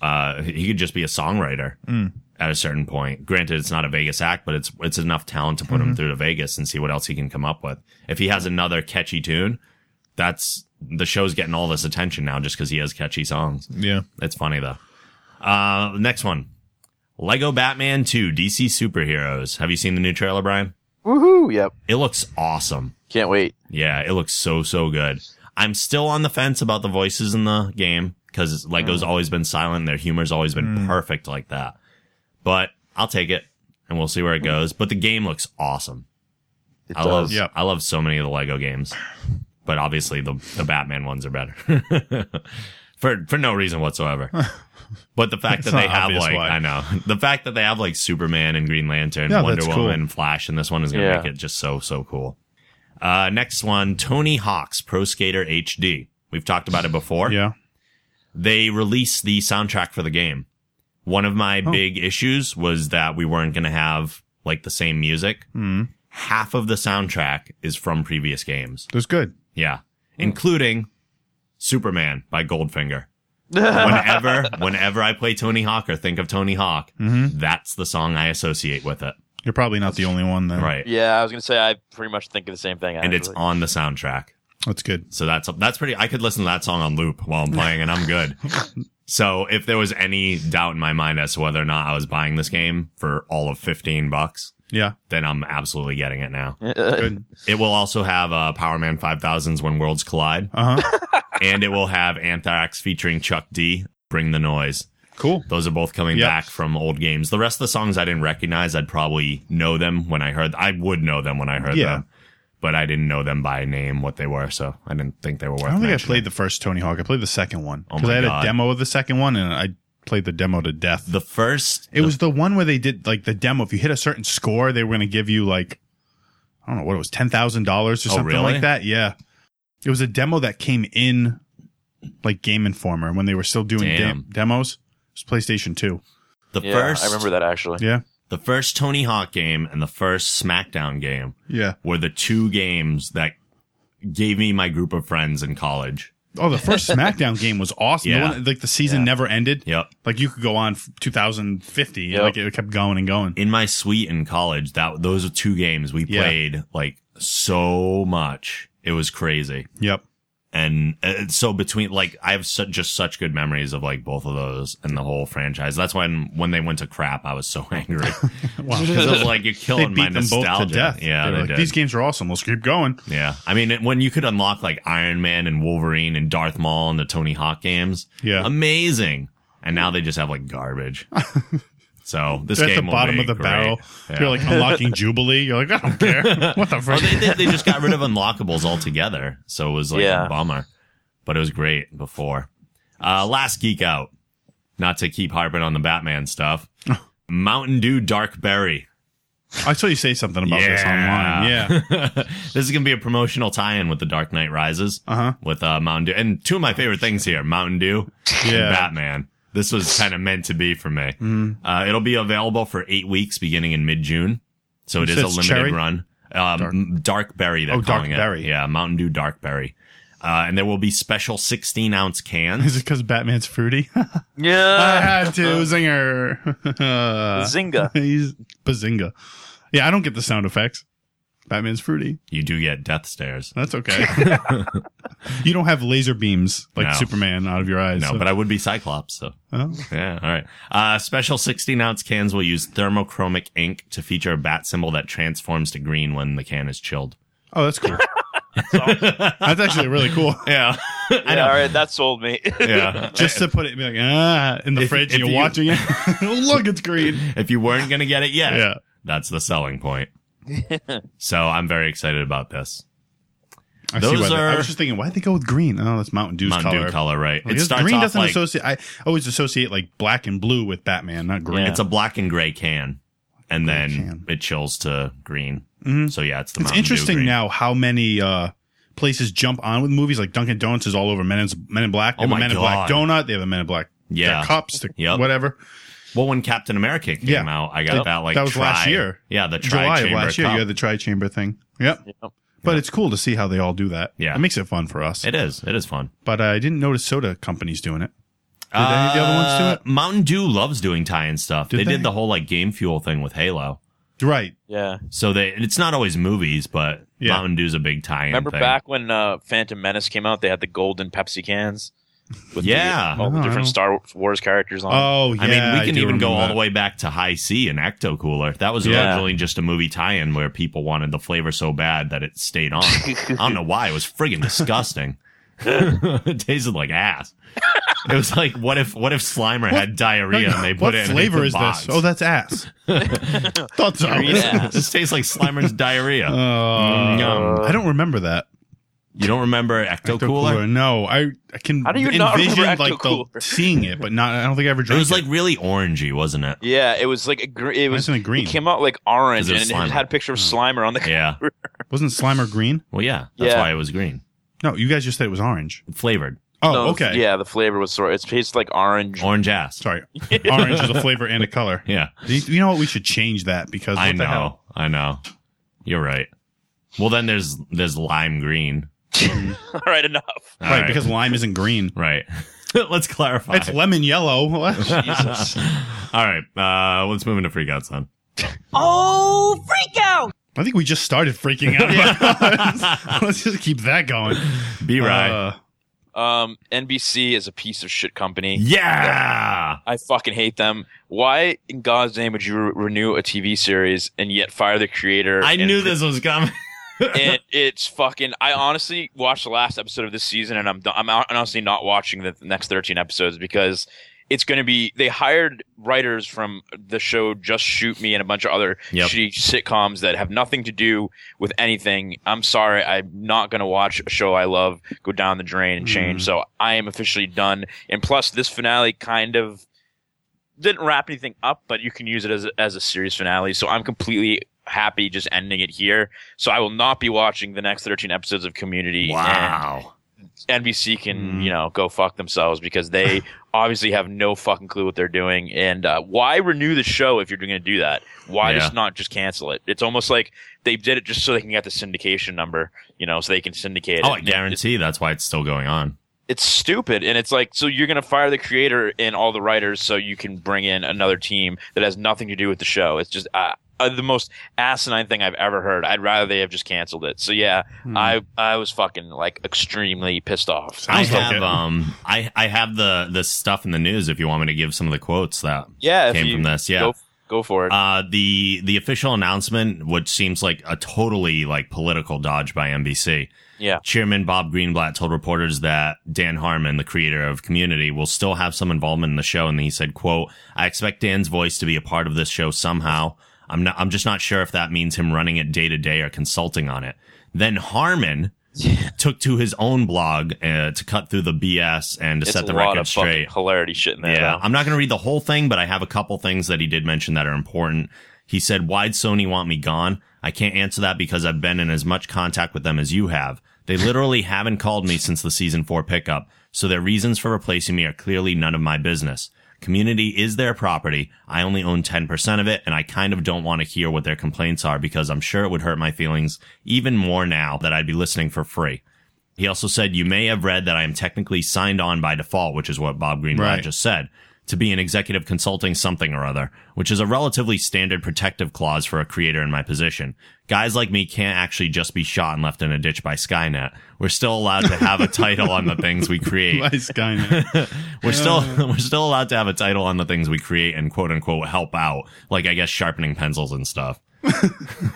S4: uh, he could just be a songwriter at a certain point. Granted, it's not a Vegas act, but it's it's enough talent to put him through to Vegas and see what else he can come up with. If he has another catchy tune, that's the show's getting all this attention now just because he has catchy songs.
S7: Yeah.
S4: It's funny though. Uh, next one. Lego Batman 2 DC Superheroes. Have you seen the new trailer, Brian?
S6: Woohoo! Yep.
S4: It looks awesome.
S6: Can't wait.
S4: Yeah, it looks so, so good. I'm still on the fence about the voices in the game because
S6: Mm.
S4: Lego's always been silent. Their humor's always been perfect like that. But I'll take it and we'll see where it goes. But the game looks awesome.
S6: It
S4: I
S6: does.
S4: love,
S7: Yep.
S4: I love so many of the Lego games, but obviously the, the Batman ones are better for, for no reason whatsoever. But the fact
S7: It's
S4: that they
S7: not
S4: have
S7: obvious
S4: like,
S7: why.
S4: I know the fact that they have like Superman and Green Lantern,
S7: Yeah,
S4: Wonder
S7: that's cool.
S4: Woman, Flash in this one is going to
S6: Yeah.
S4: make it just so, so cool. Uh, next one, Tony Hawk's Pro Skater HD. We've talked about it before.
S7: Yeah.
S4: They released the soundtrack for the game. One of my
S7: Oh.
S4: big issues was that we weren't going to have like the same music
S7: Mm.
S4: half of the soundtrack is from previous games.
S7: That's good.
S4: Yeah.
S6: Hmm.
S4: Including Superman by Goldfinger. whenever whenever I play Tony Hawk or think of Tony Hawk,
S6: Mm-hmm.
S4: that's the song I associate with it.
S7: You're probably not the only one then.
S4: Right.
S6: Yeah, I was gonna say I pretty much think of the same thing.
S4: And it's
S6: actually.
S4: on the soundtrack.
S7: That's good.
S4: So that's that's pretty I could listen to that song on loop while I'm playing and I'm good. so if there was any doubt in my mind as to whether or not I was buying this game for all of 15 bucks,
S7: Yeah.
S4: then I'm absolutely getting it now. It will also have uh, Power Man 5000's When Worlds Collide.
S7: Uh huh.
S4: and it will have Anthrax featuring Chuck D. Bring the noise.
S7: cool.
S4: Those are both coming
S7: Yep.
S4: back from old games. The rest of the songs I didn't recognize. I'd probably know them when I heard. I would know them when I heard
S7: Yeah.
S4: them, but I didn't know them by name what they were, so I didn't think they were worth.
S7: I don't think I
S4: mentioning.
S7: played the first Tony Hawk. I played the second one
S4: Oh
S7: because
S4: my
S7: I had
S4: God.
S7: a demo of the second one and I played the demo to death.
S4: the first.
S7: it was the one where they did like the demo. If you hit a certain score, they were going to give you like I don't know what it was, ten thousand dollars or
S4: Oh,
S7: something
S4: really?
S7: like that. Yeah, it was a demo that came in like Game Informer when they were still doing
S4: Damn.
S7: de- demos. It was PlayStation Two.
S4: The
S6: yeah,
S4: first.
S6: I remember that actually.
S7: Yeah,
S4: the first Tony Hawk game and the first SmackDown game
S7: yeah.
S4: were the two games that gave me my group of friends in college.
S7: Oh, the first SmackDown game was awesome.
S4: Yeah.
S7: The one, like the season never ended.
S4: Yep.
S7: Like you could go on f- 2050.
S6: Yep.
S7: Like it kept going and going.
S4: in my suite in college, that those were two games we
S7: Yeah.
S4: played like so much. It was crazy.
S7: Yep.
S4: And uh, so between like I have su- just such good memories of like both of those and the whole franchise. That's when when they went to crap, I was so angry
S7: Wow.
S4: because I was like, "You're
S7: they
S4: killing my
S7: beat them both
S4: nostalgia."
S7: to death.
S4: Yeah,
S7: They were
S4: they
S7: like,
S4: did.
S7: these games are awesome. Let's keep going.
S4: yeah, I mean it- when you could unlock like Iron Man and Wolverine and Darth Maul and the Tony Hawk games,
S7: Yeah.
S4: amazing. And now they just have like garbage. So this
S7: They're at
S4: game
S7: the
S4: will
S7: bottom
S4: be
S7: of the
S4: great.
S7: barrel.
S4: Yeah.
S7: You're like unlocking Jubilee. You're like, I don't care. What the
S4: Oh,
S7: frick?
S4: they, they, they just got rid of unlockables altogether. So it was like
S6: Yeah.
S4: a bummer, but it was great before. Uh, last geek out, not to keep harping on the Batman stuff. Mountain Dew Dark Berry
S7: I saw you say something about this online. Yeah.
S4: this is going to be a promotional tie-in with The Dark Knight Rises.
S7: Uh-huh.
S4: With uh, Mountain Dew. And two of my favorite things here, Mountain Dew
S7: Yeah. Mm-hmm.
S4: and Batman. This was kind of meant to be for me. Uh, it'll be available for eight weeks beginning in mid-June. So it is
S7: You said
S4: a
S7: it's
S4: limited
S7: cherry?
S4: run. Um, dark. Berry, they're
S7: Oh, Dark
S4: calling it.
S7: Berry.
S4: Yeah, Mountain Dew Dark Berry. Uh, and there will be special 16-ounce cans.
S7: Is it because Batman's fruity? I
S6: Yeah.
S7: had uh, to zinger.
S6: Zinga.
S7: He's bazinga. Yeah, I don't get the sound effects. Batman's fruity.
S4: You do get death stares.
S7: That's okay. you don't have laser beams like
S4: No.
S7: Superman out of your eyes.
S4: No,
S7: so-
S4: but I would be Cyclops, so.
S7: Oh.
S4: Yeah, all right. Uh, special 16 ounce cans will use thermochromic ink to feature a bat symbol that transforms to green when the can is chilled.
S7: Oh, that's cool. that's actually really cool.
S4: Yeah.
S6: I know. All right, that sold me.
S4: yeah.
S7: Just to put it be like ah in the
S4: If-
S7: fridge,
S4: if
S7: and you're
S4: you-
S7: watching it. Look, it's green.
S4: If you weren't going to get it yet,
S7: Yeah.
S4: that's the selling point. so I'm very excited about this.
S7: I
S4: Those
S7: see why they- I
S4: are-
S7: was just thinking, why'd they go with green? Oh, that's Mountain Dew's
S4: Mountain
S7: color.
S4: Dew color, right?
S7: Like,
S4: it
S7: this-
S4: starts
S7: green
S4: off
S7: doesn't
S4: like
S7: associate. I always associate like black and blue with Batman, not green.
S4: it's a black and gray can, and
S7: Gray
S4: then
S7: can.
S4: it chills to green.
S7: Mhm.
S4: So yeah, it's the
S7: It's
S4: Mountain Dew
S7: interesting
S4: green.
S7: now how many uh, places jump on with movies. Like Dunkin' Donuts is all over Men in, Men in Black. They
S4: Oh
S7: have a
S4: my
S7: Men in Black
S4: God.
S7: donut. They have a Men in Black
S4: Yeah.
S7: their cups, their
S4: Yep.
S7: whatever.
S4: Well, when Captain America came
S7: Yeah.
S4: out, I got
S7: Yep.
S4: that like
S7: That was last
S4: tri-
S7: year.
S4: Yeah, the
S7: July
S4: tri
S7: of
S4: chamber
S7: last year, you had the tri chamber thing. Yep.
S6: Yep.
S7: But it's cool to see how they all do that.
S4: Yeah.
S7: It makes it fun for us.
S4: It is. It is fun.
S7: but uh, I didn't notice soda companies doing it. Did any of the other ones do
S4: Uh, Mountain Dew loves doing tie-in stuff.
S7: Did
S4: they,
S7: they?
S4: did the whole like game fuel thing with Halo. Um,
S7: Right.
S6: yeah.
S4: So they it's not always movies, but
S7: Yeah.
S4: Mountain Dew's a big tie-in.
S6: Remember
S4: thing.
S6: back when uh, Phantom Menace came out, they had the golden Pepsi cans with
S4: Yeah.
S6: the, all the
S7: Oh, I don't-
S6: different Star Wars characters on.
S7: Oh, yeah.
S4: I mean, we can
S7: do
S4: even go
S7: remember
S4: all
S7: that.
S4: the way back to High C and Ecto Cooler. That was
S6: Yeah.
S4: originally just a movie tie-in where people wanted the flavor so bad that it stayed on. I don't know why. It was friggin' disgusting. it tasted like ass. It was like what if what if Slimer had diarrhea and they put
S7: what
S4: it in
S7: flavor
S4: the
S7: is
S4: box.
S7: this? Oh, that's ass. Thought so.
S6: Green ass.
S4: this tastes like Slimer's diarrhea.
S7: Uh,
S4: Mm, Yum.
S7: I don't remember that.
S4: You don't remember Ecto
S7: Ecto-Cooler?
S4: Cooler?
S7: No, I, I can
S6: How do you
S7: envision
S6: not remember
S7: like the,
S6: Ecto-Cooler?
S7: seeing it, but not. I don't think I ever
S4: It
S7: drank.
S4: was like really orangey, wasn't it?
S6: yeah, it was like a gr- it was
S7: Nice and a green.
S6: It came out like orange,
S4: 'Cause it
S6: and
S4: was
S6: it
S4: Slimer. Hmm.
S6: had a picture of Slimer on the.
S4: Yeah.
S7: wasn't Slimer green?
S4: Well, yeah. That's
S6: Yeah.
S4: why it was green.
S7: No, you guys just said it was orange.
S4: Flavored.
S7: Oh,
S6: No,
S7: okay.
S6: Yeah, the flavor was sort. It tastes like orange.
S4: Orange ass.
S7: Sorry, orange is a flavor and a color.
S4: Yeah.
S7: Do You, you know what? We should change that because what
S4: I
S7: the hell?
S4: know. I know. You're right. Well, then there's there's lime green.
S6: All right, enough.
S4: All
S7: right, because lime isn't green.
S4: right. Let's clarify.
S7: It's lemon yellow. What?
S6: Jesus.
S4: All right. Uh, let's move into freakouts then.
S8: Oh, freak out!
S7: I think we just started freaking out. About Let's just keep that going.
S4: Be right.
S7: Uh,
S6: Um, NBC is a piece of shit company.
S4: yeah.
S6: I fucking hate them. Why in God's name would you re- renew a TV series and yet fire the creator?
S4: I
S6: and
S4: knew this was coming.
S6: it, it's fucking. I honestly watched the last episode of this season, and I'm done, I'm hon- honestly not watching the next 13 episodes because it's going to be. They hired writers from the show Just Shoot Me and a bunch of other
S4: Yep.
S6: shitty sitcoms that have nothing to do with anything. I'm sorry, I'm not going to watch a show I love go down the drain and
S4: Mm-hmm.
S6: change. So I am officially done. And plus, this finale kind of didn't wrap anything up, but you can use it as a, as a series finale. So I'm completely happy just ending it here. So I will not be watching the next 13 episodes of Community.
S4: Wow.
S6: And NBC can
S4: Hmm.
S7: Mm.
S6: you know go fuck themselves because they obviously have no fucking clue what they're doing. And uh, why renew the show if you're going to do that? Why
S4: Yeah.
S6: just not just cancel it? It's almost like they did it just so they can get the syndication number, you know, so they can syndicate.
S4: Oh,
S6: it.
S4: I guarantee that's why it's still going on.
S6: it's stupid and it's like so you're going to fire the creator and all the writers so you can bring in another team that has nothing to do with the show it's just uh, uh, the most asinine thing i've ever heard i'd rather they have just canceled it so yeah
S4: Hmm.
S6: i i was fucking like extremely pissed off
S4: I
S7: Sounds like
S4: have
S7: it.
S4: um I I have the the stuff in the news if you want me to give some of the quotes that
S6: yeah if
S4: came
S6: you
S4: from this yeah
S6: go, go for it
S4: uh the the official announcement which seems like a totally like political dodge by NBC
S6: yeah
S4: chairman Bob Greenblatt told reporters that Dan Harmon, the creator of Community, will still have some involvement in the show. And he said, quote, I expect Dan's voice to be a part of this show somehow. I'm not, I'm just not sure if that means him running it day to day or consulting on it. Then Harmon took to his own blog uh, to cut through the BS and to
S6: it's
S4: set the
S6: a lot
S4: record
S6: of
S4: straight.
S6: fucking hilarity shit in there
S4: Yeah.
S6: though.
S4: I'm not going to read the whole thing, but I have a couple things that he did mention that are important. He said, Why'd Sony want me gone? I can't answer that because I've been in as much contact with them as you have. They literally haven't called me since the season four pickup, so their reasons for replacing me are clearly none of my business. Community is their property. I only own 10% of it, and I kind of don't want to hear what their complaints are because I'm sure it would hurt my feelings even more now that I'd be listening for free. He also said, You may have read that I am technically signed on by default, which is what Bob Greenblatt
S5: Right.
S4: just said, to be an executive consulting something or other, which is a relatively standard protective clause for a creator in my position. Guys like me can't actually just be shot and left in a ditch by Skynet. We're still allowed to have a title on the things we create.
S7: By Skynet.
S4: We're still we're still allowed to have a title on the things we create and quote unquote help out, like I guess sharpening pencils and stuff.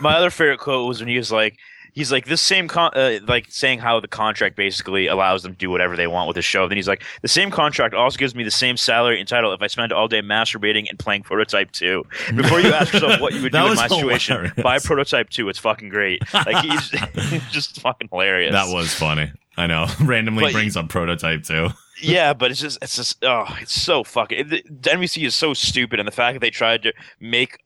S6: My other favorite quote was when he was like, he's like this same con- uh, like saying how the contract basically allows them to do whatever they want with the show. Then he's like, the same contract also gives me the same salary and title if I spend all day masturbating and playing Prototype Two. Before you ask yourself what you would
S4: That
S6: do in
S4: was
S6: my situation,
S4: hilarious.
S6: buy Prototype Two. It's fucking great. Like he's, he's just fucking hilarious.
S4: That was funny. I know. Randomly
S6: But-
S4: brings up prototype too.
S6: Yeah, but it's just it's just oh, it's so fucking. It, the the NBC is so stupid, and the fact that they tried to make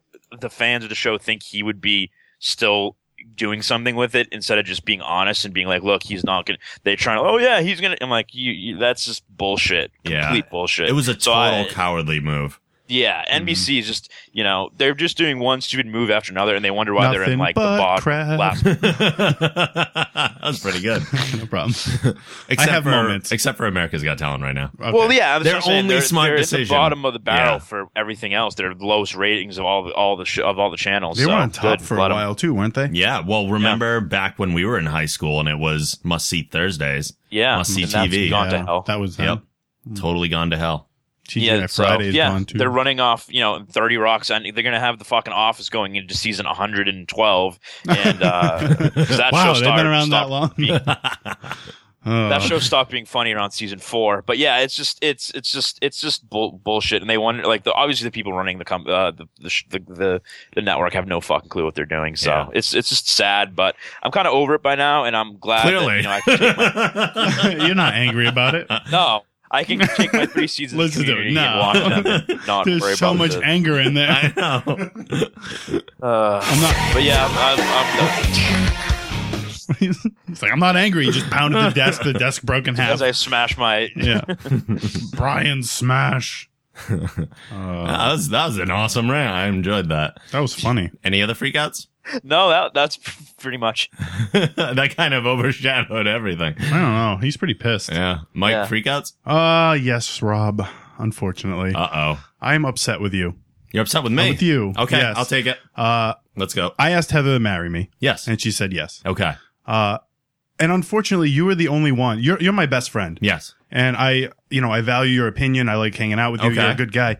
S6: the fans of the show think he would be still doing something with it instead of just being honest and being like, "Look, he's not gonna." They're trying. Oh yeah, he's gonna. I'm like, you, you that's just bullshit.
S4: Yeah.
S6: Complete bullshit.
S4: It was a
S6: So
S4: total Mm-hmm.
S6: I-
S4: cowardly move.
S6: yeah, NBC is just you know they're just doing one stupid move after another, and they wonder why they're
S5: Nothing
S6: in like the
S5: but
S6: bog
S5: crap.
S6: lap.
S4: that was pretty good.
S7: no problem.
S4: Except
S5: have
S4: for
S5: moments.
S4: except for America's Got Talent right now.
S7: Okay.
S6: Well, yeah, that's
S4: Their
S6: what I'm saying.
S4: only
S6: they're,
S4: smart
S6: they're at
S4: decision.
S6: the bottom of the barrel
S4: Yeah.
S6: for everything else. They're the lowest ratings of all the all the sh- of all the channels.
S7: They
S6: so
S7: were on top
S6: good
S7: for
S6: let
S7: a
S6: 'em-
S7: while too, weren't they?
S4: Yeah. Well, remember back when we were in high school and it was must see Thursdays.
S6: Yeah,
S4: Must see
S6: and that's
S4: TV.
S6: Gone to
S7: Yeah,
S6: hell.
S7: That was
S4: Yep.
S7: them. Hmm.
S4: Totally gone to hell.
S7: TGI
S6: yeah, so,
S7: Friday is
S6: yeah,
S7: gone too.
S6: they're running off. You know, Thirty Rocks, and they're gonna have the fucking Office going into season 112, and uh, 'cause that
S7: wow,
S6: show
S7: they've
S6: started-
S7: been around that
S6: stopped
S7: long.
S6: being-
S7: Oh.
S6: that show stopped being funny around season four. But yeah, it's just it's it's just it's just bull- bullshit. And they wonder like the obviously the people running the com- uh, the, the, sh- the the the network have no fucking clue what they're doing. So
S4: Yeah.
S6: it's it's just sad. But I'm kind of over it by now, and I'm glad. that,
S4: Clearly.
S6: you know, I can take my,
S7: You're not angry about it.
S6: no, I can take my three seasons.
S7: Listen to it.
S6: Community and
S7: No.
S6: watch them and not worry
S7: There's so
S6: about
S7: much
S6: the-
S7: anger in there.
S4: I know.
S6: Uh,
S7: I'm not.
S6: but yeah, I'm, I'm, I'm done.
S7: It's like I'm not angry. He just pounded the desk. The desk broke in half.
S6: as I smash my
S7: yeah. Brian smash. Uh,
S4: That was that was an awesome rant. I enjoyed that.
S7: that was funny.
S4: Any other freakouts?
S6: no, that that's pretty much
S4: that kind of overshadowed everything.
S7: I don't know. He's pretty pissed.
S4: Yeah. Mike
S6: Yeah.
S4: freakouts?
S7: Uh yes, Rob. Unfortunately,
S4: Uh oh.
S7: I'm upset with you.
S4: You're upset with me.
S7: I'm with you.
S4: Okay,
S7: Yes.
S4: I'll take it.
S7: Uh,
S4: Let's go.
S7: I asked Heather to marry me,
S4: Yes.
S7: and she said yes.
S4: Okay.
S7: Uh, and unfortunately, you were the only one. You're you're my best friend.
S4: Yes.
S7: and I, you know, I value your opinion. I like hanging out with you.
S4: Okay.
S7: You're a good guy.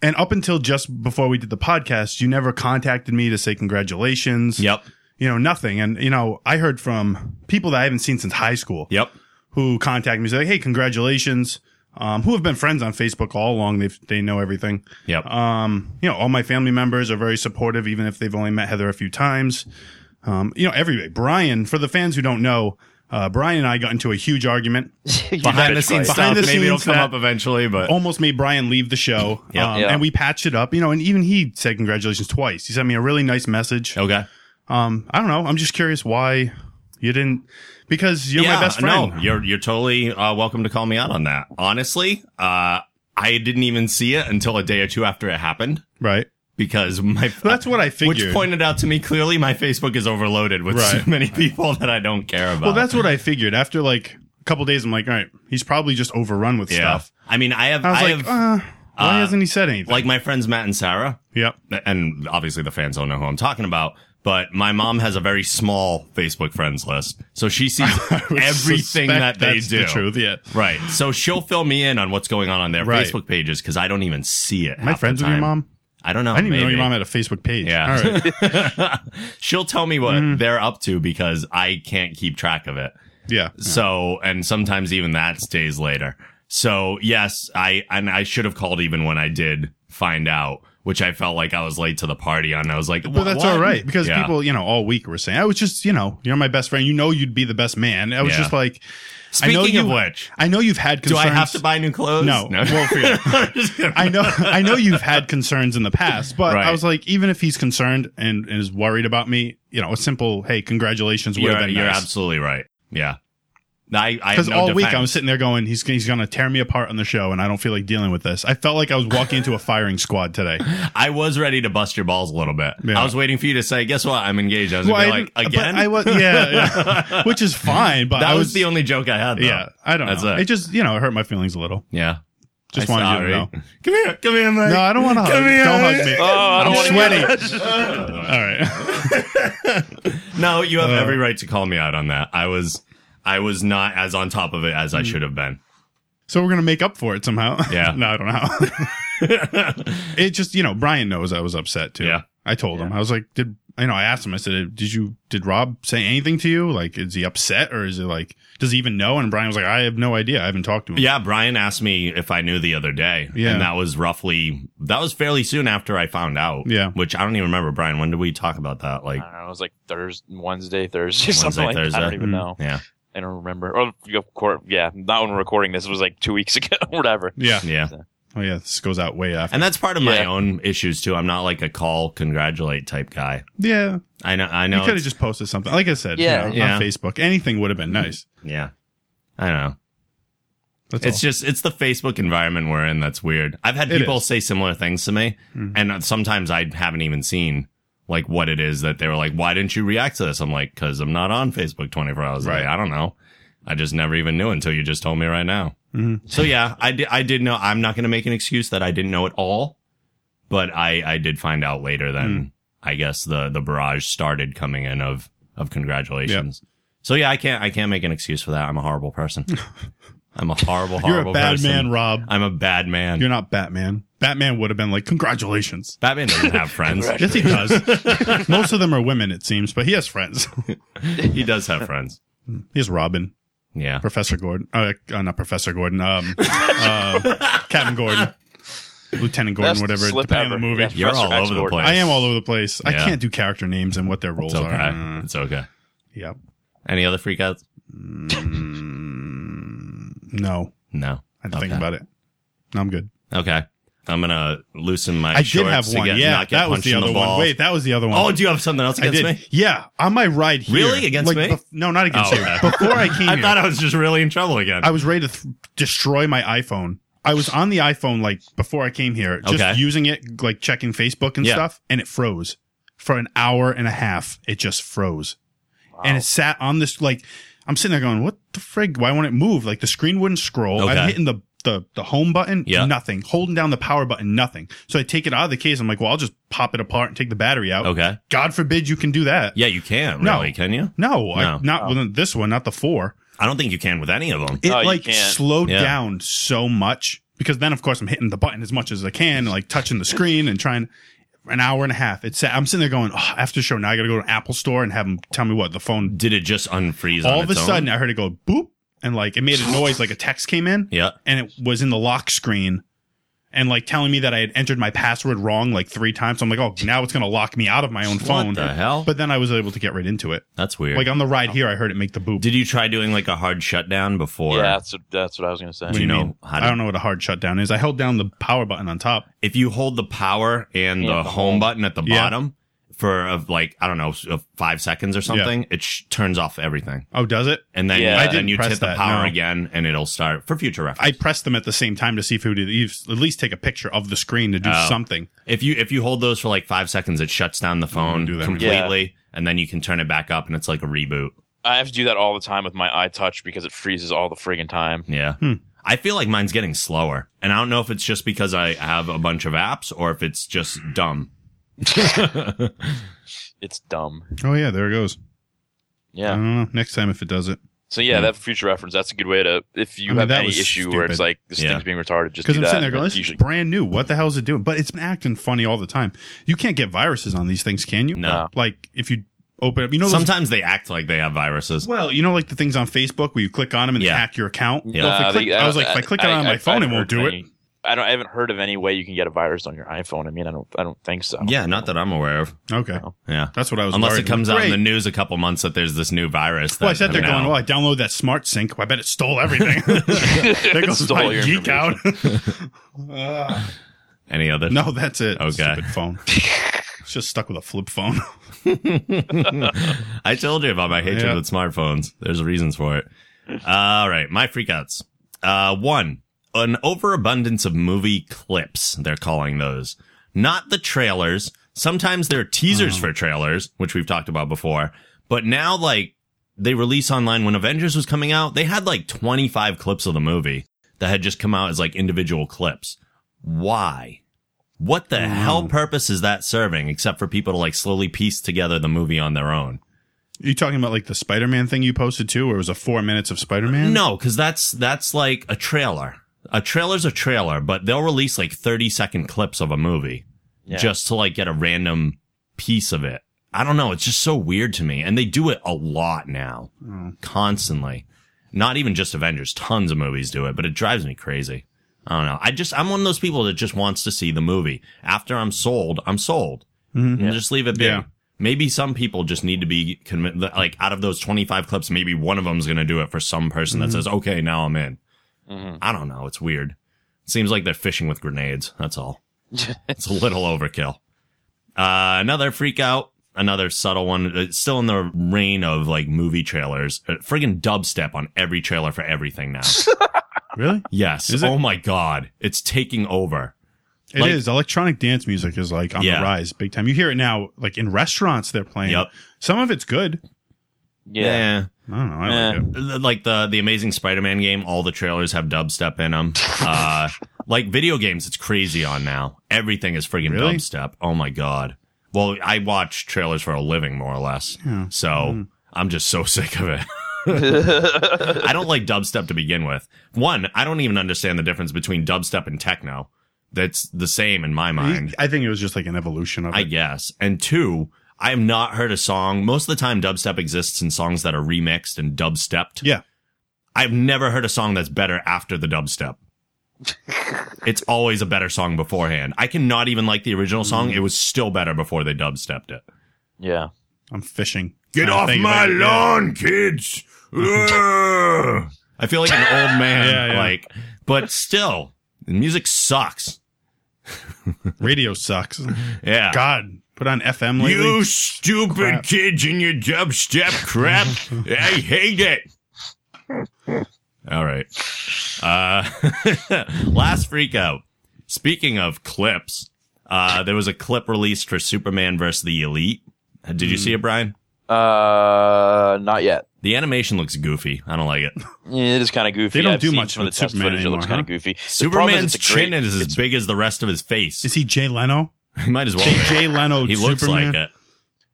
S7: And up until just before we did the podcast, you never contacted me to say congratulations.
S4: Yep.
S7: You know, nothing. And, you know, I heard from people that I haven't seen since high school
S4: Yep.
S7: who contacted me, say, hey, congratulations. Um, who have been friends on Facebook all along. They they know everything.
S4: Yep.
S7: Um, you know, all my family members are very supportive, even if they've only met Heather a few times. Um, you know, everybody. Brian, for the fans who don't know, uh, Brian and I got into a huge argument
S4: behind the scenes
S7: twice.
S4: stuff.
S7: Behind the
S4: maybe it'll
S7: scenes
S4: come
S7: that-
S4: up
S7: Oh
S4: eventually, but
S7: almost made Brian leave the show.
S4: Yeah.
S7: Um,
S6: Yeah.
S7: And we patched it up, you know, and even he said congratulations twice. He sent me a really nice message.
S4: okay.
S7: Um, I don't know. I'm just curious why you didn't, because you're
S4: yeah,
S7: my best friend.
S4: No, you're you're totally uh, welcome to call me out on that. Honestly, uh, I didn't even see it until a day or two after it happened
S7: right.
S4: because my uh,
S7: That's what I figured.
S4: Which pointed out to me clearly my Facebook is overloaded with
S7: Right.
S4: so many people that I don't care about.
S7: Well, that's what I figured. After like a couple days, I'm like, all right, he's probably just overrun with
S4: yeah.
S7: stuff.
S4: I mean, I have,
S7: I
S4: I,
S7: was like,
S4: have,
S7: uh, why
S4: uh,
S7: hasn't he said anything?
S4: like my friends Matt and Sarah,
S7: yep.
S4: and obviously the fans don't know who I'm talking about, but my mom has a very small Facebook friends list. So she sees everything that
S7: Suspect
S4: they
S7: that's
S4: do.
S7: The truth, yeah.
S4: Right. So she'll fill me in on what's going on on their
S7: Right.
S4: Facebook pages because I don't even see it.
S7: My
S4: half the
S7: friends with your
S4: time.
S7: mom.
S4: I don't know.
S7: I didn't even know
S4: maybe.
S7: your mom had a Facebook page.
S4: Yeah.
S7: All right.
S4: She'll tell me what
S7: Mm-hmm.
S4: they're up to because I can't keep track of it.
S7: Yeah.
S4: So, and sometimes even that's days later. So yes, I, and I should have called even when I did find out, which I felt like I was late to the party on. I was like,
S7: But that's
S4: "What?"
S7: all right because
S4: Yeah.
S7: people, you know, all week were saying, "I was just, you know, you're my best friend. You know, you'd be the best man." I was
S4: Yeah.
S7: just like,
S4: Speaking
S7: I know
S4: of
S7: you,
S4: which,
S7: I know you've had.
S4: do
S7: Concerns.
S4: I have to buy new clothes?
S7: No, well, forget it.
S4: I'm just kidding.
S7: I know, I know you've had concerns in the past, but
S4: Right.
S7: I was like, even if he's concerned and, and is worried about me, you know, a simple, "Hey, congratulations," would
S4: You're,
S7: have been
S4: you're
S7: nice.
S4: absolutely right. Yeah, I I have
S7: Because
S4: no
S7: all week
S4: defense.
S7: I was sitting there going, he's he's gonna tear me apart on the show, and I don't feel like dealing with this. I felt like I was walking into a firing squad today.
S4: I was ready to bust your balls a little bit.
S7: Yeah.
S4: I was waiting for you to say, "Guess what? I'm engaged." I was
S7: I
S4: gonna be
S7: didn't-
S4: like,
S7: but
S4: "Again?"
S7: I was, yeah, yeah. which is fine. But
S4: that
S7: I
S4: was,
S7: was,
S4: the only joke I had. Though.
S7: yeah. I don't
S4: That's
S7: know.
S4: it.
S7: It. just you know it hurt my feelings a little.
S4: yeah.
S7: Just
S4: I-
S7: wanted you to
S4: sorry.
S7: know.
S4: Come here, come here, Mike.
S7: No, I don't want to hug.
S4: Come here.
S7: Don't hug me.
S6: Oh, I don't
S7: I'm
S6: wanna-
S7: sweaty. All right.
S4: No, you have
S7: Uh.
S4: every right to call me out on that. I was, I was not as on top of it as
S7: Mm.
S4: I should have been.
S7: So we're gonna make up for it somehow.
S4: Yeah.
S7: no, I don't know. how. it just you know Brian knows I was upset too.
S4: Yeah.
S7: I told him I was like, did you know? I asked him. I said, did you did Rob say anything to you? Like, is he upset or is it like does he even know? And Brian was like, I have no idea. I haven't talked to him.
S4: yeah, Brian asked me if I knew the other day,
S7: Yeah.
S4: and that was roughly that was fairly soon after I found out.
S7: Yeah.
S4: which I don't even remember, Brian. When did we talk about that?
S6: I
S4: Like,
S6: don't know, it was like Thursday, Wednesday, Thursday, something
S4: Wednesday,
S6: like that. I don't
S4: Thursday.
S6: even
S7: Mm.
S6: know.
S4: yeah,
S6: I don't remember. Oh, Or of course, yeah, not when we're recording this. It was like two weeks ago, whatever.
S7: Yeah.
S4: yeah.
S7: Oh yeah. This goes out way after.
S4: And that's part of my
S6: Yeah.
S4: own issues too. I'm not like a call congratulate type guy.
S7: yeah.
S4: I know, I
S7: You
S4: know.
S7: could have
S4: it's-
S7: just posted something. Like I said,
S6: Yeah.
S7: you know,
S4: Yeah.
S7: on Facebook, anything would have been nice.
S4: yeah, I know.
S7: That's
S4: it's
S7: all.
S4: just it's the Facebook environment we're in that's weird. I've had
S7: It
S4: people
S7: is. Mm-hmm.
S4: say similar things to me, and uh, sometimes I haven't even seen like what it is that they were like, "Why didn't you react to this?" I'm like, "Cause I'm not on Facebook 24 hours a day.
S7: Right.
S4: I don't know. I just never even knew until you just told me right now."
S7: Mm-hmm.
S4: So yeah, I did. I did know. I'm not going to make an excuse that I didn't know at all, but I I did find out later than
S7: Hmm.
S4: I guess the the barrage started coming in of of congratulations. So yeah, I can't I can't make an excuse for that. I'm a horrible person. I'm a horrible,
S7: You're
S4: horrible
S7: a bad
S4: person.
S7: man, Rob.
S4: I'm a bad man.
S7: You're not Batman. Batman would have been like, congratulations.
S4: Batman doesn't have friends.
S7: Yes, he does. Most of them are women, it seems, but he has friends.
S4: he does have friends.
S7: he has Robin,
S4: Yeah.
S7: Professor Gordon, uh, uh, not Professor Gordon, um, uh, Captain Gordon, Lieutenant Gordon,
S6: Best
S7: whatever,
S6: slip
S7: depending on
S6: ever.
S7: the movie.
S6: Yeah.
S4: You're
S6: Professor
S4: all over the
S6: X-Lord.
S4: place.
S7: I am all over the place. I
S4: Yeah.
S7: can't do character names and what their roles
S4: It's okay.
S7: are. Mm,
S4: It's okay.
S7: yep. Mm.
S4: Any other freakouts?
S7: No,
S4: No.
S7: I didn't think
S4: Okay.
S7: about it. No, I'm good.
S4: Okay. I'm gonna loosen my.
S7: I did
S4: shorts
S7: have
S4: To
S7: one.
S4: get,
S7: Yeah,
S4: not get
S7: that was
S4: punched
S7: the
S4: in
S7: other
S4: the
S7: one.
S4: balls.
S7: Wait, that was the other one.
S4: Oh, do you have something else
S7: I
S4: against
S7: did.
S4: me?
S7: Yeah, on my ride here.
S4: Really? Against me?
S7: no, not against
S4: Oh,
S7: you.
S4: okay.
S7: Before I came
S4: I
S7: here,
S4: thought I was just really in trouble again.
S7: I was ready to th- destroy my iPhone. I was on the iPhone like before I came here, just
S4: Okay.
S7: using it, like checking Facebook and
S4: Yeah.
S7: stuff, and it froze for an hour and a half. It just froze, and it sat on this like I'm sitting there going, "What the frig? Why won't it move? Like the screen wouldn't scroll.
S4: Okay.
S7: I'm hitting the the the home button,
S4: Yeah.
S7: nothing. Holding down the power button, nothing. So I take it out of the case. I'm like, well, I'll just pop it apart and take the battery out.
S4: okay.
S7: God forbid you can do that.
S4: Yeah, you can.
S7: No.
S4: Really? Can you?
S7: No,
S4: No.
S7: I, not with this one, not the four.
S4: I don't think you can with any of them.
S7: It
S6: Oh, you
S7: like
S6: can't.
S7: slowed
S4: Yeah.
S7: down so much because then, of course, I'm hitting the button as much as I can, like touching the screen and trying an hour and a half. It's I'm sitting there going, oh, after the show now, I got to go to an Apple store and have them tell me what the phone.
S4: Did it just unfreeze?
S7: All
S4: on
S7: of a
S4: its
S7: sudden,
S4: Own?
S7: I heard it go boop, and like it made a noise, like a text came in,
S4: Yeah.
S7: and it was in the lock screen. And like telling me that I had entered my password wrong like three times. So I'm like, oh, now it's going to lock me out of my own phone.
S4: the hell?
S7: But then I was able to get right into it.
S4: That's weird. Oh.
S7: Like on the ride here, I heard it make the boop.
S4: Did you try doing like a hard shutdown before?
S6: yeah, that's what, that's what I was gonna say.
S4: Do you know
S7: mean?
S4: how to?
S7: I don't know what a hard shutdown is. I held down the power button on top.
S4: If you hold the power and
S6: Yeah,
S4: the
S6: the
S4: home
S6: home.
S4: button at the
S7: Yeah.
S4: bottom for of like I don't know s- of five seconds or something, it sh- turns off everything,
S7: Oh, does it?
S4: and then
S6: Yeah. I
S4: yeah,
S7: didn't
S4: then you
S7: press
S4: hit the
S7: that,
S4: power
S7: no.
S4: again, and it'll start for future reference.
S7: I pressed them at the same time to see if it would at least take a picture of the screen to do
S4: Oh.
S7: something.
S4: If you if you hold those for like five seconds, it shuts down the phone
S7: do that.
S4: completely, and then you can turn it back up, and it's like a reboot.
S6: I have to do that all the time with my iTouch because it freezes all the friggin' time.
S4: Yeah,
S7: Hmm.
S4: I feel like mine's getting slower, and I don't know if it's just because I have a bunch of apps or if it's just dumb.
S6: It's dumb.
S7: Oh yeah, there it goes. I
S6: Yeah.
S7: don't know. Next time if it does it,
S6: So yeah, that future reference. That's a good way to if
S7: I
S6: you
S7: mean,
S6: have
S7: that
S6: any
S7: was
S6: issue where it's
S7: stupid.
S6: like this
S4: Yeah.
S6: thing's being retarded. Just
S7: because
S6: do
S7: I'm
S6: that.
S7: sitting there
S6: and
S7: going,
S6: it
S7: "This is
S6: usually-
S7: brand new. What the hell is it doing?" But it's been acting funny all the time. You can't get viruses on these things, can you?
S4: No.
S7: Like if you open up, you know, those-
S4: Sometimes they act like they have viruses.
S7: well, you know, like the things on Facebook where you click on them and they
S4: Yeah.
S7: hack your account.
S4: Yeah.
S7: Well, if I,
S6: Nah,
S7: click-
S6: they-
S7: I was like, if I click it on
S6: I-
S7: my
S6: I-
S7: phone,
S6: I've
S7: it won't
S6: heard
S7: do it.
S6: many- I don't. I haven't heard of any way you can get a virus on your iPhone. I mean, I don't. I don't think so.
S4: Yeah, not that I'm aware of.
S5: Okay.
S4: Yeah.
S7: That's what I was
S4: Unless
S7: worried.
S4: it comes out in the
S7: Great.
S4: news a couple months that there's this new virus. That,
S7: Well, I sat there
S4: mean,
S7: going,
S4: don't-
S7: "Well, I downloaded that smart sync. I bet it stole everything." there goes
S6: Stole
S7: my
S6: your
S7: geek out.
S4: any other?
S7: no, that's it.
S4: Okay.
S7: Stupid phone. it's just stuck with a flip phone.
S4: I told you about my hatred
S7: Yeah.
S4: with smartphones. There's reasons for it. All right, my freakouts. Uh, one, an overabundance of movie clips. They're calling those not the trailers. Sometimes they're teasers for trailers, which we've talked about before. But now, like they release online when Avengers was coming out, they had like 25 clips of the movie that had just come out as like individual clips. Why? What the hell purpose is that serving except for people to like slowly piece together the movie on their own?
S7: you talking about like the Spider-Man thing you posted too, where it was a four minutes of Spider-Man?
S4: No, because that's that's like a trailer. A trailer's a trailer, but they'll release like thirty second clips of a movie
S6: Yeah.
S4: just to like get a random piece of it. I don't know. It's just so weird to me, and they do it a lot now, constantly. Not even just Avengers. Tons of movies do it, but it drives me crazy. I don't know. I just I'm one of those people that just wants to see the movie. After I'm sold, I'm sold. And Just leave it there.
S7: Yeah.
S4: Maybe some people just need to be convinced. Like out of those 25 clips, maybe one of them's going to do it for some person that says, "Okay, now I'm in."
S7: Mm-hmm.
S4: I don't know. It's weird. seems like they're fishing with grenades. That's all. it's a little overkill. Uh, another freak out. Another subtle one. It's still in the reign of like movie trailers. Uh, friggin' dubstep on every trailer for everything now.
S7: Really?
S4: yes.
S7: Is it?
S4: oh my god, it's taking over.
S7: It is.
S4: Like-
S7: Electronic dance music is like on
S4: Yeah.
S7: the rise big time. You hear it now, like in restaurants they're playing.
S4: Yep.
S7: Some of it's good.
S6: Yeah.
S7: I don't know. I
S6: Yeah.
S7: like it.
S4: like the the amazing spider-man game all the trailers have dubstep in them uh like video games it's crazy on now everything is friggin'
S7: Really?
S4: dubstep oh my god well i watch trailers for a living more or less so i'm just so sick of it i don't like dubstep to begin with one i don't even understand the difference between dubstep and techno that's the same in my mind
S7: I think it was just like an evolution of
S4: I
S7: it.
S4: guess. And two, I have not heard a song. Most of the time, dubstep exists in songs that are remixed and dubstepped.
S7: Yeah.
S4: I've never heard a song that's better after the dubstep. it's always a better song beforehand. I cannot even like the original song. It was still better before they dubstepped it. Uh,
S6: Yeah.
S7: I'm fishing. Uh,
S4: Get
S7: Kinda
S4: off
S7: thing.
S4: my
S7: Like, yeah.
S4: lawn, kids. Ugh. I feel like an old man.
S7: Yeah, yeah.
S4: Like, but still, the music sucks.
S7: Radio sucks.
S4: Yeah.
S7: God, put on FM lately.
S4: You stupid
S7: Crap.
S4: kids in your dubstep crap. I hate it. All right. Uh, last freak out. Speaking of clips, uh, there was a clip released for Superman versus the Elite. Uh, Did you see it, Brian?
S6: Uh, not yet.
S4: The animation looks goofy. I don't like it.
S6: Yeah, It is kind of goofy.
S7: They don't
S6: I've
S7: do
S6: seen
S7: much
S6: some of
S7: with
S6: the test
S7: Superman
S6: footage. it looks
S7: anymore,
S6: kind
S7: huh?
S6: of goofy. The problem
S4: Superman's
S6: is it's a great-
S4: chin is as
S6: it's-
S4: big as the rest of his face.
S7: Is he Jay Leno?
S4: he might as well.
S7: Jay,
S4: be.
S7: Jay Leno.
S4: He looks
S7: Superman?
S4: like it.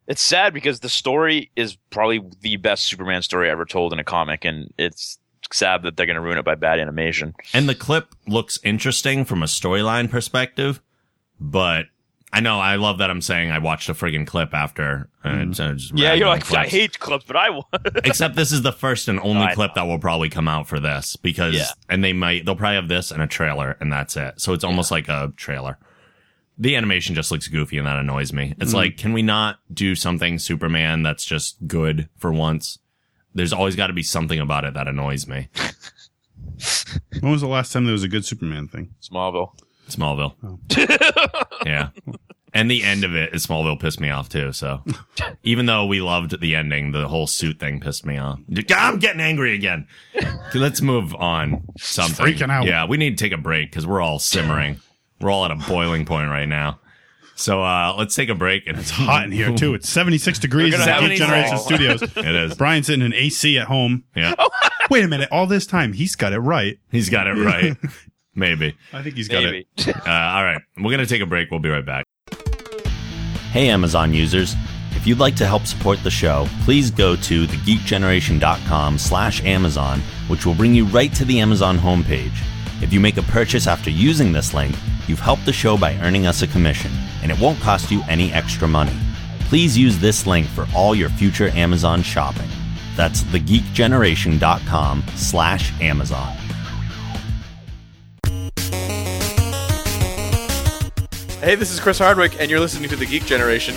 S6: It's sad because the story is probably the best Superman story ever told in a comic, and it's sad that they're going to ruin it by bad animation.
S4: And the clip looks interesting from a storyline perspective, but I know I love that I'm saying I watched a friggin' clip after. Uh, so just
S6: Mm-hmm. Yeah,
S4: ragging
S6: you're
S4: on
S6: like, I
S4: clips.
S6: hate clips, but I want.
S4: Except this is the first and only
S6: I
S4: clip that will probably come out for this because,
S6: Yeah.
S4: and they might, they'll probably have this and a trailer and that's it. So it's almost like a trailer. The animation just looks goofy and that annoys me.
S6: Mm-hmm.
S4: It's like, can we not do something Superman that's just good for once? There's always got to be something about it that annoys me.
S7: When was the last time there was a good Superman thing?
S6: Smallville.
S4: Smallville.
S7: Oh.
S4: yeah. And the end of it is Smallville pissed me off too. So even though we loved the ending, the whole suit thing pissed me off. I'm getting angry again. Okay, Let's move on. Something.
S7: freaking out.
S4: Yeah, we need to take a break because we're all simmering. we're all at a boiling point right now. So uh, let's take a break. And it's
S7: Hot in here too. It's 76 degrees
S6: gonna
S7: at
S6: have
S7: Geek Generation
S6: fall.
S7: Studios.
S4: It is.
S7: Brian's sitting in AC at home.
S4: Yeah,
S7: Wait a minute. All this time, he's got it right.
S4: he's got it right. Maybe.
S7: I think he's got it.
S6: Maybe.
S4: Uh, all right, we're going to take a break. We'll be right back. Hey, Amazon users. If you'd like to help support the show, please go to thegeekgeneration.com slash Amazon, which will bring you right to the Amazon homepage. If you make a purchase after using this link, you've helped the show by earning us a commission, and it won't cost you any extra money. Please use this link for all your future Amazon shopping. That's thegeekgeneration.com slash Amazon.
S9: Hey, this is Chris Hardwick, and you're listening to The Geek Generation.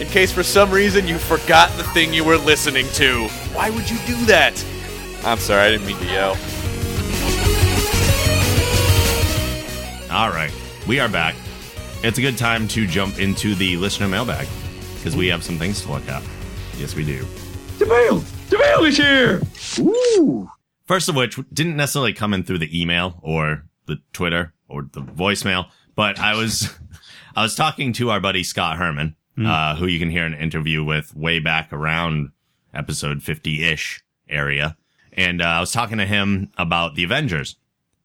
S9: In case for some reason you forgot the thing you were listening to, why would you do that? I'm sorry, I didn't mean to yell.
S4: All right. We are back. It's a good time to jump into the listener mailbag because we have some things to look at. Yes, we do.
S2: Ooh.
S4: First of which didn't necessarily come in through the email or the Twitter or the voicemail, but I was I was talking to our buddy Scott Herman, uh, who you can hear an interview with way back around episode fifty ish area, and uh, I was talking to him about the Avengers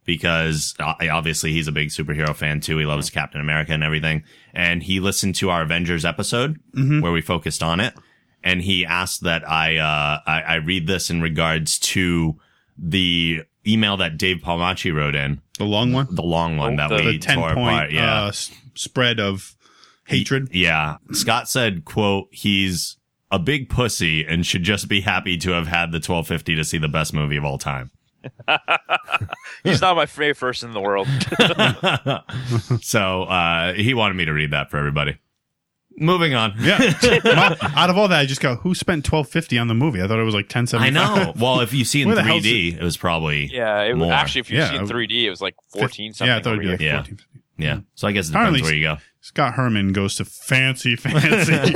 S4: because uh, obviously he's a big superhero fan too. He loves Captain America and everything, and he listened to our Avengers episode
S7: Mm-hmm.
S4: where we focused on it, and he asked that I uh, I, I read this in regards to the email that Dave Palmachi wrote in,
S7: The long one,
S4: the long one that
S6: the-
S4: we
S7: Oh, the ten
S4: tore
S7: point
S4: apart. Yeah,
S7: uh, s- spread of hatred.
S4: yeah. Scott said, "quote He's a big pussy and should just be happy to have had the 1250 to see the best movie of all time."
S6: He's not my favorite person in the world.
S4: so uh, he wanted me to read that for everybody. Moving on.
S7: Yeah. My- out of all that, I just go. Who spent twelve fifty on the movie? I thought it was like ten
S4: I
S7: seventy.
S4: know. Well, if you see in
S7: Where the hell's
S4: 3D, it was probably
S6: yeah, it,
S4: More.
S6: actually, if you
S7: Yeah,
S6: see
S7: I-
S6: 3D, it was like 14 something.
S7: Yeah, I thought it'd be
S6: over
S7: like
S6: here.
S4: Yeah.
S7: fourteen fifty.
S4: yeah. So I guess it
S7: Apparently
S4: depends where you go.
S7: Scott Herman goes to fancy, fancy.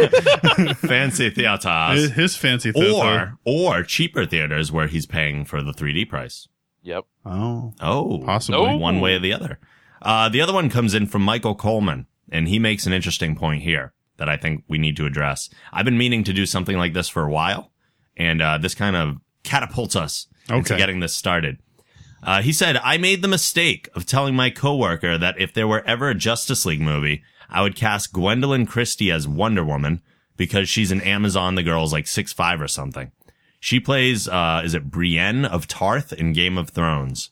S4: Fancy
S7: his,
S4: theaters
S7: his fancy theater.
S4: or or cheaper theaters where he's paying for the 3D price.
S6: Yep.
S7: Oh,
S4: Oh,
S7: possibly.
S6: No.
S4: one way or the other. Uh, the other one comes in from Michael Coleman, and he makes an interesting point here that I think we need to address. I've been meaning to do something like this for a while, and uh, this kind of catapults us into
S7: Okay.
S4: getting this started. Uh, he said, I made the mistake of telling my coworker that if there were ever a Justice League movie, I would cast Gwendolyn Christie as Wonder Woman because she's an Amazon. The girl's like six five or something. She plays, uh, is it Brienne of Tarth in Game of Thrones?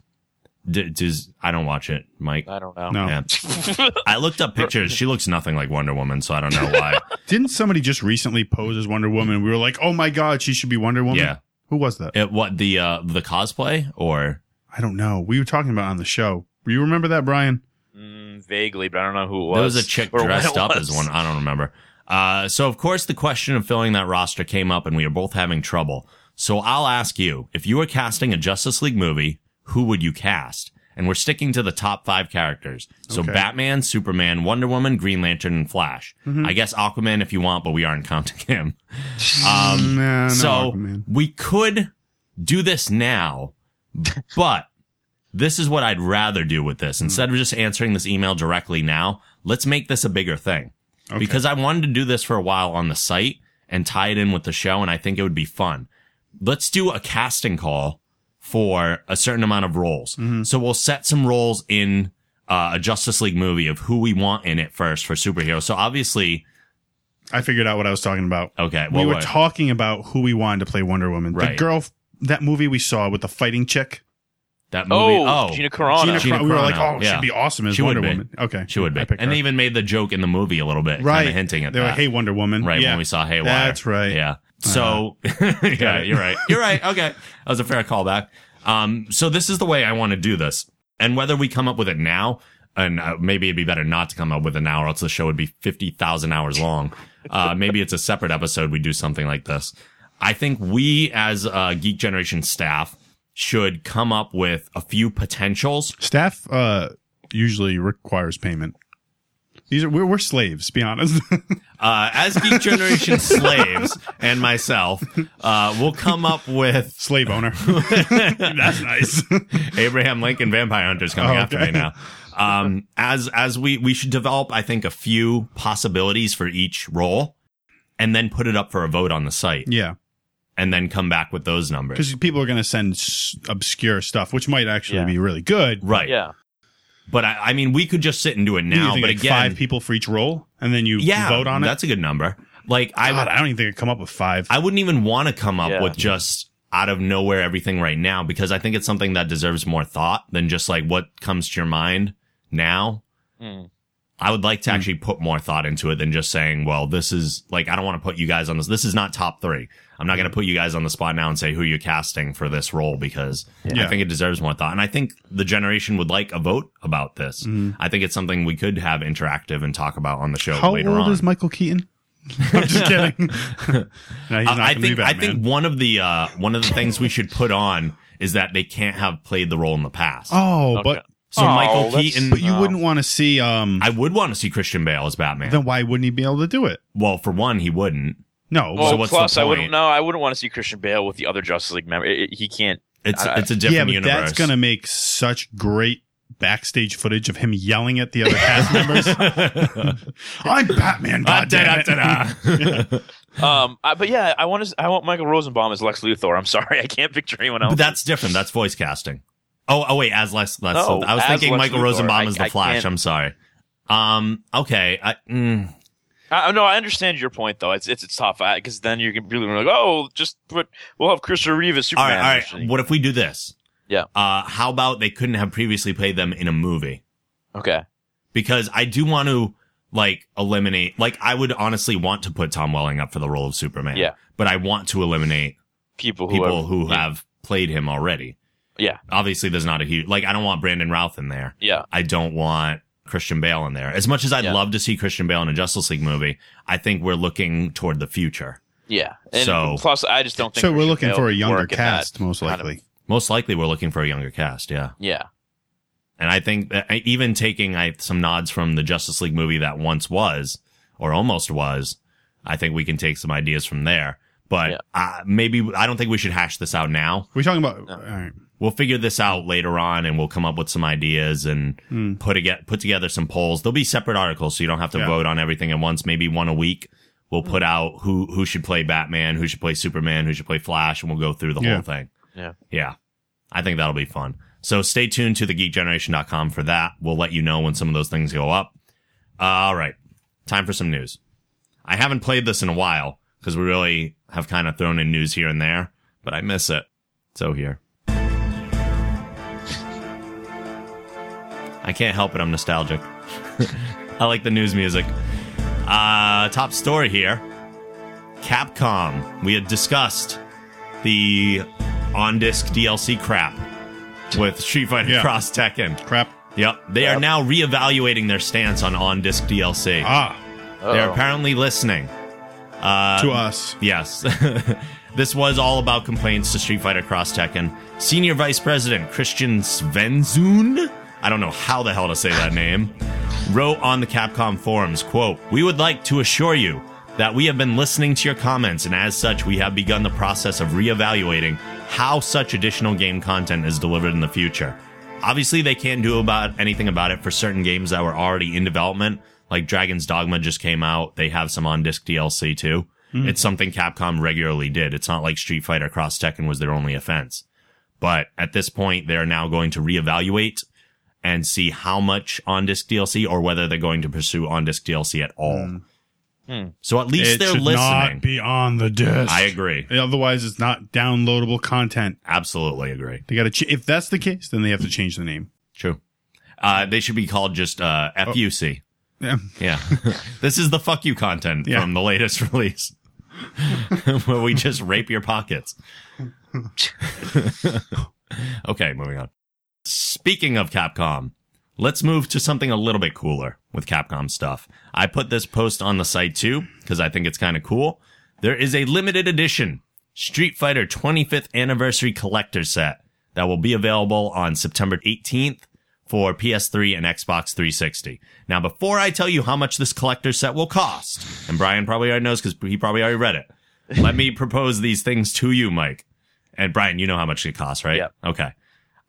S4: D- does, I don't watch it, Mike.
S6: I don't know.
S7: No.
S4: Yeah. I looked up pictures. She looks nothing like Wonder Woman, so I don't know why.
S7: Didn't somebody just recently pose as Wonder Woman? We were like, oh my god, she should be Wonder Woman.
S4: Yeah.
S7: Who was that?
S4: it, what the uh, the cosplay or
S7: I don't know. We were talking about it on the show. You remember that, Brian?
S6: Mm, vaguely, but I don't know who it was.
S4: there was a chick
S6: or what
S4: dressed
S6: it
S4: up
S6: was.
S4: as one. I don't remember. Uh, so of course the question of filling that roster came up, and we are both having trouble. So I'll ask you: if you were casting a Justice League movie, who would you cast? And we're sticking to the top five characters. So
S7: Okay.
S4: Batman, Superman, Wonder Woman, Green Lantern, and Flash.
S6: Mm-hmm.
S4: I guess Aquaman if you want, but we aren't counting him. Um,
S7: Nah, no,
S4: so
S7: Aquaman.
S4: we could do this now, but this is what I'd rather do with
S7: Hmm.
S4: this. Instead of just answering this email directly now, let's make this a bigger thing. Because I wanted to do this for a while on the site and tie it in with the show, and I think it would be fun. Let's do a casting call for a certain amount of roles.
S7: Mm-hmm.
S4: So we'll set some roles in uh, a Justice League movie of who we want in it first for superheroes. So obviously,
S7: I figured out what I was talking about.
S4: okay,
S7: we
S4: what
S7: were
S4: would-
S7: talking about who we wanted to play Wonder Woman. The
S4: Right.
S7: girl, that movie we saw with the fighting chick.
S4: that movie.
S6: Oh, Gina Carano.
S7: Gina,
S4: Gina
S7: Carano. We were like,
S4: Carano,
S7: oh,
S4: yeah.
S7: she'd be awesome as
S4: She would
S7: Wonder
S4: be.
S7: Woman. Okay,
S4: She would be.
S7: I picked
S4: And
S7: her.
S4: they even made the joke in the movie a little bit, kind of hinting at
S7: they
S4: that.
S7: were like, hey, Wonder Woman.
S4: right
S7: Yeah.
S4: when we saw Haywire.
S7: That's right. Uh-huh.
S4: Yeah. So yeah,
S7: it.
S4: you're right. You're right. Okay, that was a fair callback. Um, so this is the way I want to do this, and whether we come up with it now, and uh, maybe it'd be better not to come up with it now, or else the show would be fifty thousand hours long. Uh, maybe it's a separate episode. We do something like this. I think we as uh, Geek Generation staff should come up with a few potentials.
S7: Staff uh, usually requires payment. These are we're, we're slaves. Be honest.
S4: Uh, as Geek Generation slaves and myself, uh, we'll come up with
S7: Slave owner. That's nice.
S4: Abraham Lincoln Vampire Hunter's coming
S7: Oh,
S4: after me
S7: okay.
S4: now. Um, as as we we should develop, I think a few possibilities for each role, and then put it up for a vote on the site,
S7: yeah,
S4: and then come back with those numbers.
S7: because people are going to send s- obscure stuff, which might actually
S6: Yeah.
S7: be really good.
S4: Right.
S6: Yeah.
S4: But I, I mean, we could just sit and do it
S7: You
S4: now.
S7: think,
S4: But
S7: like,
S4: again,
S7: five people for each role, and then you
S4: yeah,
S7: vote on it.
S4: That's a good number. Like I
S7: God, I don't even think I could come up with five.
S4: I wouldn't even want to come up
S6: Yeah.
S4: with just out of nowhere everything right now because I think it's something that deserves more thought than just like what comes to your mind now.
S6: Mm.
S4: I would
S7: Hmm.
S4: like to actually put more thought into it than just saying, well, this is like, I don't want to put you guys on this. This is not top three. I'm not going
S7: Hmm.
S4: to put you guys on the spot now and say who you're casting for this role because
S5: Yeah.
S4: I think it deserves more thought. And I think the generation would like a vote about this.
S7: Hmm.
S4: I think it's something we could have interactive and talk about on the show
S7: How
S4: later
S7: old
S4: on.
S7: is Michael Keaton? I'm just kidding. no, he's not
S4: I I
S7: gonna be
S4: think I
S7: Batman.
S4: think one of the uh, one of the things we should put on is that they can't have played the role in the past.
S7: Oh,
S6: Okay.
S7: but
S4: so
S6: Oh,
S4: Michael
S6: that's-
S4: Keaton.
S7: but you
S6: No.
S7: wouldn't want to see. Um,
S4: I would want to see Christian Bale as Batman.
S7: then why wouldn't he be able to do it?
S4: well, for one, he wouldn't.
S7: No,
S6: Well,
S4: So what's the
S6: plus I
S4: point?
S6: wouldn't. No, I wouldn't want to see Christian Bale with the other Justice League member. It- it- he can't.
S4: It's
S6: I-
S4: it's a
S7: yeah,
S4: different
S7: but
S4: universe.
S7: that's gonna make such great backstage footage of him yelling at the other cast members. I'm Batman.
S4: Ah,
S7: God
S4: da-
S7: it.
S4: da- da- da.
S6: Um, I, but yeah, I want to. I want Michael Rosenbaum as Lex Luthor. I'm sorry, I can't picture anyone else.
S4: But that's different. That's voice casting. Oh, oh wait, as Lex. Lex
S6: No,
S4: I was
S6: as
S4: thinking
S6: Lex
S4: Michael
S6: Luthor.
S4: Rosenbaum
S6: I-
S4: is the
S6: I
S4: Flash.
S6: can't-
S4: I'm sorry. Um. Okay. I, mm,
S6: I, I- no, I understand your point though. It's it's, it's tough because then you can really like, oh, just put we'll have Christopher Reeve as
S4: all
S6: Superman.
S4: right. All
S6: Actually.
S4: right. What if we do this?
S6: Yeah.
S4: Uh, how about they couldn't have previously played them in a movie?
S6: Okay.
S4: because I do want to like eliminate like I would honestly want to put Tom Welling up for the role of Superman.
S6: Yeah.
S4: But I want to eliminate
S6: People who
S4: people
S6: are,
S4: who have played him already.
S6: Yeah.
S4: Obviously there's not a huge like I don't want Brandon Routh in there.
S6: Yeah.
S4: I don't want Christian Bale in there. As much as I'd
S6: Yeah.
S4: love to see Christian Bale in a Justice League movie, I think we're looking toward the future.
S6: Yeah. And
S4: So-
S6: plus, I just don't think.
S7: So we're
S6: Christian
S7: looking
S6: Bale
S7: for a
S6: would
S7: younger
S6: work in that
S7: cast, most
S6: kind of-
S7: likely.
S4: Most likely we're looking for a younger cast, yeah.
S6: yeah.
S4: And I think that I- even taking I, some nods from the Justice League movie that once was, or almost was, I think we can take some ideas from there. But
S6: Yeah.
S4: uh, maybe I don't think we should hash this out now.
S7: We're talking about. All right.
S4: We'll figure this out later on, and we'll come up with some ideas and put a, put together some polls. There'll be separate articles, so you don't have to
S7: Hmm. Yeah. Hmm.
S4: vote on everything at once. Maybe one a week. We'll put out who who should play Batman, who should play Superman, who should play Flash, and we'll go through the
S7: Yeah.
S4: whole thing.
S6: Yeah.
S4: Yeah. I think that'll be fun. So stay tuned to thegeekgeneration.com for that. We'll let you know when some of those things go up. Uh, All right. Time for some news. I haven't played this in a while because we really have kind of thrown in news here and there, but I miss it. So here. I can't help it. I'm nostalgic. I like the news music. Uh, top story here Capcom. We had discussed the on disc DLC crap with Street Fighter
S7: Yeah.
S4: Cross Tekken.
S7: Crap.
S4: Yep. They are now reevaluating their stance on on disc DLC.
S7: Ah,
S4: They're
S6: Uh-oh.
S4: apparently listening. Um,
S7: to us.
S4: Yes. this was all about complaints to Street Fighter Cross Tekken. Senior Vice President Christian Svenzun, I don't know how the hell to say that name, wrote on the Capcom forums, quote, "We would like to assure you that we have been listening to your comments and as such we have begun the process of reevaluating how such additional game content is delivered in the future." Obviously, they can't do about anything about it for certain games that were already in development. Like Dragon's Dogma just came out. They have some on disc DLC too.
S7: Hmm.
S4: It's something Capcom regularly did. It's not like Street Fighter Cross Tekken was their only offense. But at this point, they're now going to reevaluate and see how much on disc DLC or whether they're going to pursue on disc DLC at all. So at least
S7: Hmm. It
S4: they're
S7: should
S4: listening.
S7: not be on the disc.
S4: I agree.
S7: Otherwise, it's not downloadable content.
S4: Absolutely agree.
S7: They got to. Ch- if that's the case, then they have to change the name.
S4: True. Uh, they should be called just uh, FUC.
S7: Yeah.
S4: Yeah. this is the fuck you content
S7: Yeah.
S4: from the latest release where we just rape your pockets. okay, moving on. Speaking of Capcom, let's move to something a little bit cooler with Capcom stuff. I put this post on the site too because I think it's kind of cool. There is a limited edition Street Fighter 25th Anniversary Collector Set that will be available on September 18th for PS3 and Xbox 360. Now, before I tell you how much this collector set will cost, and Brian probably already knows because he probably already read it, let me propose these things to you, Mike. And Brian, you know how much it costs, right?
S6: Yeah.
S4: Okay.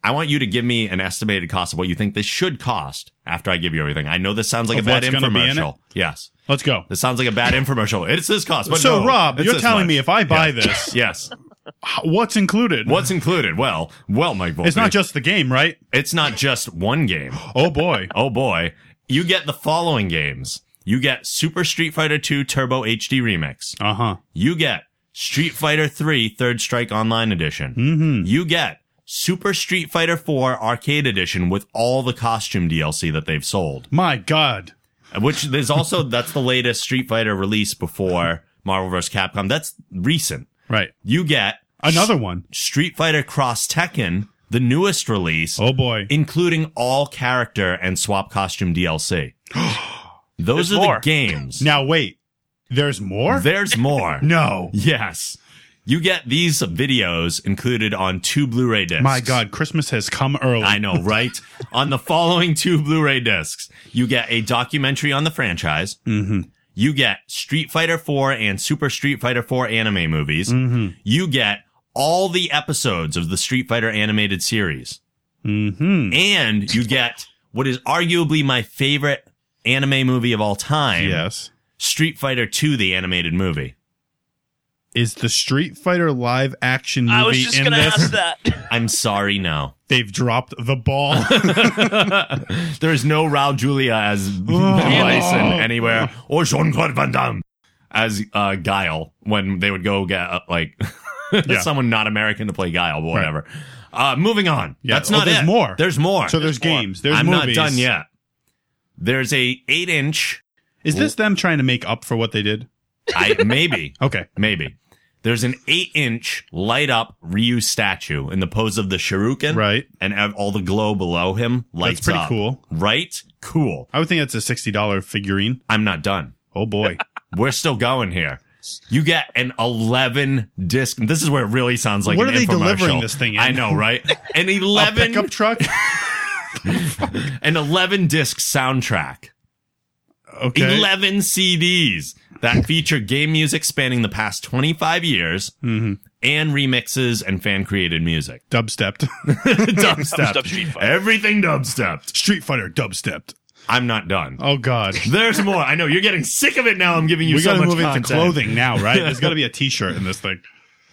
S4: I want you to give me an estimated cost of what you think this should cost after I give you everything. I know this sounds like
S7: Of
S4: a bad
S7: what's gonna be in it?
S4: infomercial. Yes.
S7: Let's go.
S4: This sounds like a bad infomercial. It's this cost. But
S7: so,
S4: no,
S7: Rob,
S4: it's
S7: you're
S4: this
S7: telling
S4: much.
S7: me if I buy this,
S4: Yes.
S7: h- what's included?
S4: What's included? Well, well, Mike
S7: It's
S4: Volpe,
S7: not just the game, right?
S4: it's not just one game.
S7: Oh boy.
S4: Oh boy. You get the following games. You get Super Street Fighter 2 Turbo HD Remix.
S7: Uh huh.
S4: You get Street Fighter 3 Third Strike Online Edition. Mm-hmm. You get Super Street Fighter 4 Arcade Edition with all the costume DLC that they've sold.
S7: My God.
S4: Which there's also that's the latest Street Fighter release before Marvel vs. Capcom. That's recent.
S7: Right.
S4: You get
S7: Another one.
S4: Street Fighter Cross Tekken, the newest release,
S7: Oh boy.
S4: including all character and swap costume DLC. Those
S6: There's
S4: are
S6: more.
S4: the games.
S7: Now wait. There's more?
S4: there's more.
S7: no.
S4: Yes. You get these videos included on two Blu-ray discs.
S7: My God, Christmas has come early.
S4: I know, right? on the following two Blu-ray discs, you get a documentary on the franchise.
S7: Mm.
S4: Mm-hmm. You get Street Fighter 4 and Super Street Fighter 4 anime movies. Mm-hmm. You get all the episodes of the Street Fighter animated series. Mm-hmm. And you get what is arguably my favorite anime movie of all time.
S7: Yes.
S4: Street Fighter 2, the animated movie.
S7: Is the Street Fighter live action movie
S6: I was just
S7: in
S6: going to
S7: this?
S6: ask that.
S4: I'm sorry, no.
S7: They've dropped the ball.
S4: There is no Raul Julia as
S7: Oh.
S4: Bison anywhere, or Jean Claude Van Damme as uh, Guile when they would go get uh, like someone not American to play Guile, but whatever. Uh, moving on.
S7: Yeah.
S4: That's
S7: Oh,
S4: not
S7: there's
S4: it.
S7: more.
S4: There's more.
S7: so there's
S4: more.
S7: games. There's
S4: I'm
S7: movies.
S4: not done yet. There's a eight inch.
S7: Is this them trying to make up for what they did?
S4: I maybe
S7: Okay.
S4: maybe. There's an eight inch light up Ryu statue in the pose of the shuriken.
S7: Right.
S4: And have all the glow below him lights
S7: pretty
S4: up.
S7: cool.
S4: Right? Cool.
S7: I would think that's a sixty dollar figurine.
S4: I'm not done.
S7: Oh boy.
S4: We're still going here. You get an 11 disc. This is where it really sounds like
S7: What
S4: an
S7: are they
S4: infomercial.
S7: delivering this thing in?
S4: I know, right? An
S7: A
S4: 11,
S7: pickup truck.
S4: an 11 disc soundtrack.
S7: Okay.
S4: 11 CDs that feature game music spanning the past 25 years
S7: Mm-hmm.
S4: and remixes and fan created music.
S7: Dubstepped.
S4: dubstep.
S6: Dubstep
S7: E
S6: Street Fighter.
S4: Everything dubstepped.
S7: Street Fighter dubstepped.
S4: I'm not done.
S7: Oh God.
S4: There's more. I know you're getting sick of it now. I'm giving you
S7: We
S4: so
S7: gotta
S4: much
S7: move
S4: content.
S7: into clothing now, right? There's gotta be a T-shirt in this thing.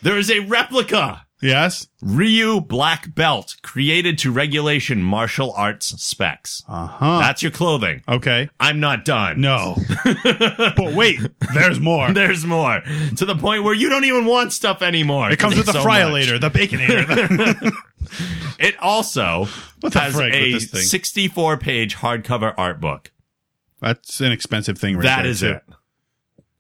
S4: There is a replica
S7: Yes.
S4: Ryu Black Belt, created to regulation martial arts specs.
S7: Uh huh.
S4: That's your clothing.
S7: Okay.
S4: I'm not done.
S7: Oh. No. but wait, there's more.
S4: There's more. To the point where you don't even want stuff anymore.
S7: it comes with the
S4: So
S7: fryer
S4: much.
S7: later, the baconator.
S4: It also
S7: What the
S4: has
S7: frick with
S4: a
S7: this thing?
S4: 64 page hardcover art book.
S7: That's an expensive thing, right?
S4: that
S7: there,
S4: is
S7: too.
S4: it.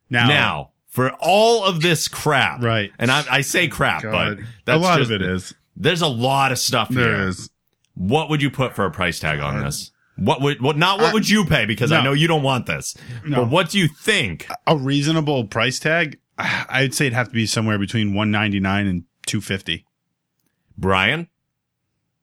S7: Now,
S4: Now, for all of this crap.
S7: Right.
S4: And I, I say crap,
S7: God,
S4: but that's
S7: a lot
S4: just-
S7: of it is.
S4: There's a lot of stuff
S7: There
S4: here.
S7: is.
S4: What would you put for a price tag on this? What would what not what would you pay because I
S7: No.
S4: know you don't want this.
S7: No.
S4: But what do you think?
S7: a reasonable price tag. I'd say it'd have to be somewhere between one ninety nine and two fifty.
S4: Brian?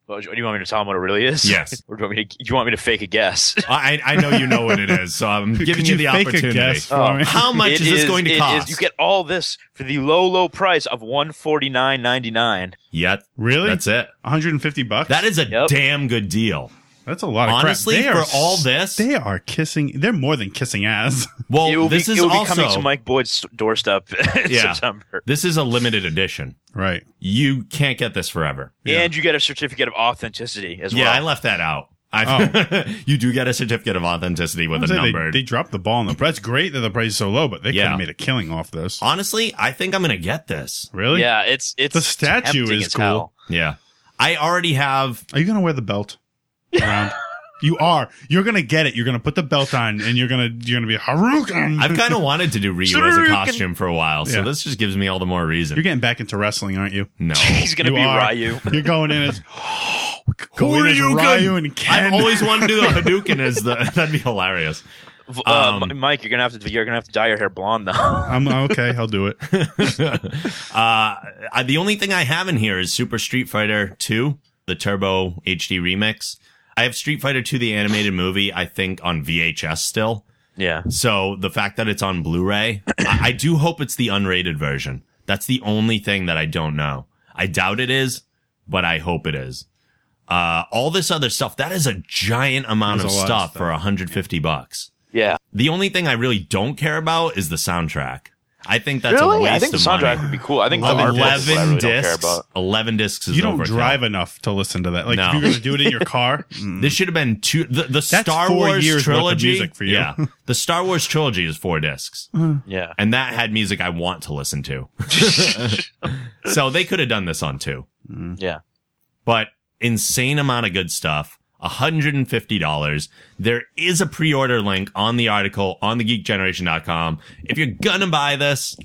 S6: Well, Oh, do you want me to tell him what it really is?
S4: Yes.
S6: or do you want me to, you want me to fake a guess?
S4: I I know you know what it is, so I'm giving you, the opportunity.
S6: Oh.
S4: How much
S6: It
S4: is this going to
S6: it is-
S4: cost?
S6: you get all this for the low, low price of one forty nine ninety nine.
S4: yeah,
S7: Really?
S4: that's it.
S7: One hundred and fifty bucks.
S4: That is a
S6: Yep.
S4: damn good deal.
S7: That's a lot of Oh, crap.
S4: Honestly,
S7: They
S4: for
S7: are
S4: all
S7: s-
S4: this-
S7: they are kissing. They're more than kissing ass.
S4: Well,
S6: it will
S4: Oh, this
S6: be,
S4: is
S6: it will
S4: also
S6: be coming to Mike Boyd's doorstep in
S4: Yeah.
S6: September.
S4: this is a limited edition.
S7: right.
S4: You can't get this forever.
S6: And you get a certificate of authenticity as
S4: Yeah,
S6: well.
S4: I left that out. I, you do get a certificate of authenticity with a
S7: I'd say Oh. they-
S4: number.
S7: They, dropped the ball on the price. That's great that the price is so low, but they could
S4: Yeah.
S7: have made a killing off this.
S4: Honestly, I think I'm gonna get this.
S7: Really?
S6: yeah, it's it's
S7: The statue
S6: tempting
S7: is
S6: as
S7: cool.
S6: hell.
S4: Yeah. I already have
S7: Are you gonna wear the belt around? you are. You're gonna get it. You're gonna put the belt on, and you're gonna you're gonna be Harukan.
S4: I've kind of wanted to do Ryu as a
S6: Shuriken.
S4: costume for a while, so
S7: Yeah.
S4: this just gives me all the more
S7: you're
S4: reason.
S7: getting back into wrestling, aren't you?
S4: No.
S6: He's gonna
S7: You
S6: be
S7: are.
S6: Ryu.
S7: You're going in as
S4: Who
S7: going
S4: are
S7: in as
S4: you
S7: Ryu
S4: gonna-
S7: and
S4: I've
S7: Ken.
S4: always wanted to do the Hadouken as the. That'd be hilarious.
S6: V- uh,
S4: Um,
S6: Mike, you're gonna have to you're gonna have to dye your hair blonde though.
S7: I'm okay. I'll do it.
S4: Uh, I, the only thing I have in here is Super Street Fighter 2, the Turbo HD remix. I have Street Fighter 2, the animated movie, I think on VHS still.
S6: yeah.
S4: So the fact that it's on Blu-ray, I, I do hope it's the unrated version. That's the only thing that I don't know. I doubt it is, but I hope it is. Uh, all this other stuff, that is a giant amount of
S7: There's a lot of
S4: stuff,
S7: stuff.
S4: for 150 bucks.
S6: Yeah.
S4: The only thing I really don't care about is the soundtrack. I think that's a
S6: Really?
S4: waste
S6: I think the
S4: of
S6: soundtrack
S4: money.
S6: would be cool. I think the art book is what I
S4: 11
S6: really don't care
S4: discs.
S6: about.
S4: 11 discs is
S7: You don't
S4: overkill.
S7: drive enough to listen to that. Like
S4: No.
S7: if you're gonna do it in your car, mm,
S4: This should have been two. The, the Star
S7: four
S4: Wars
S7: years worth of
S4: trilogy.
S7: music for you.
S4: Yeah, the Star Wars trilogy is four discs.
S6: Yeah.
S4: and that had music I want to listen to. so they could have done this on two,
S6: Yeah.
S4: but insane amount of good stuff. $150. There is a pre-order link on the article on thegeekgeneration.com. If you're gonna buy this,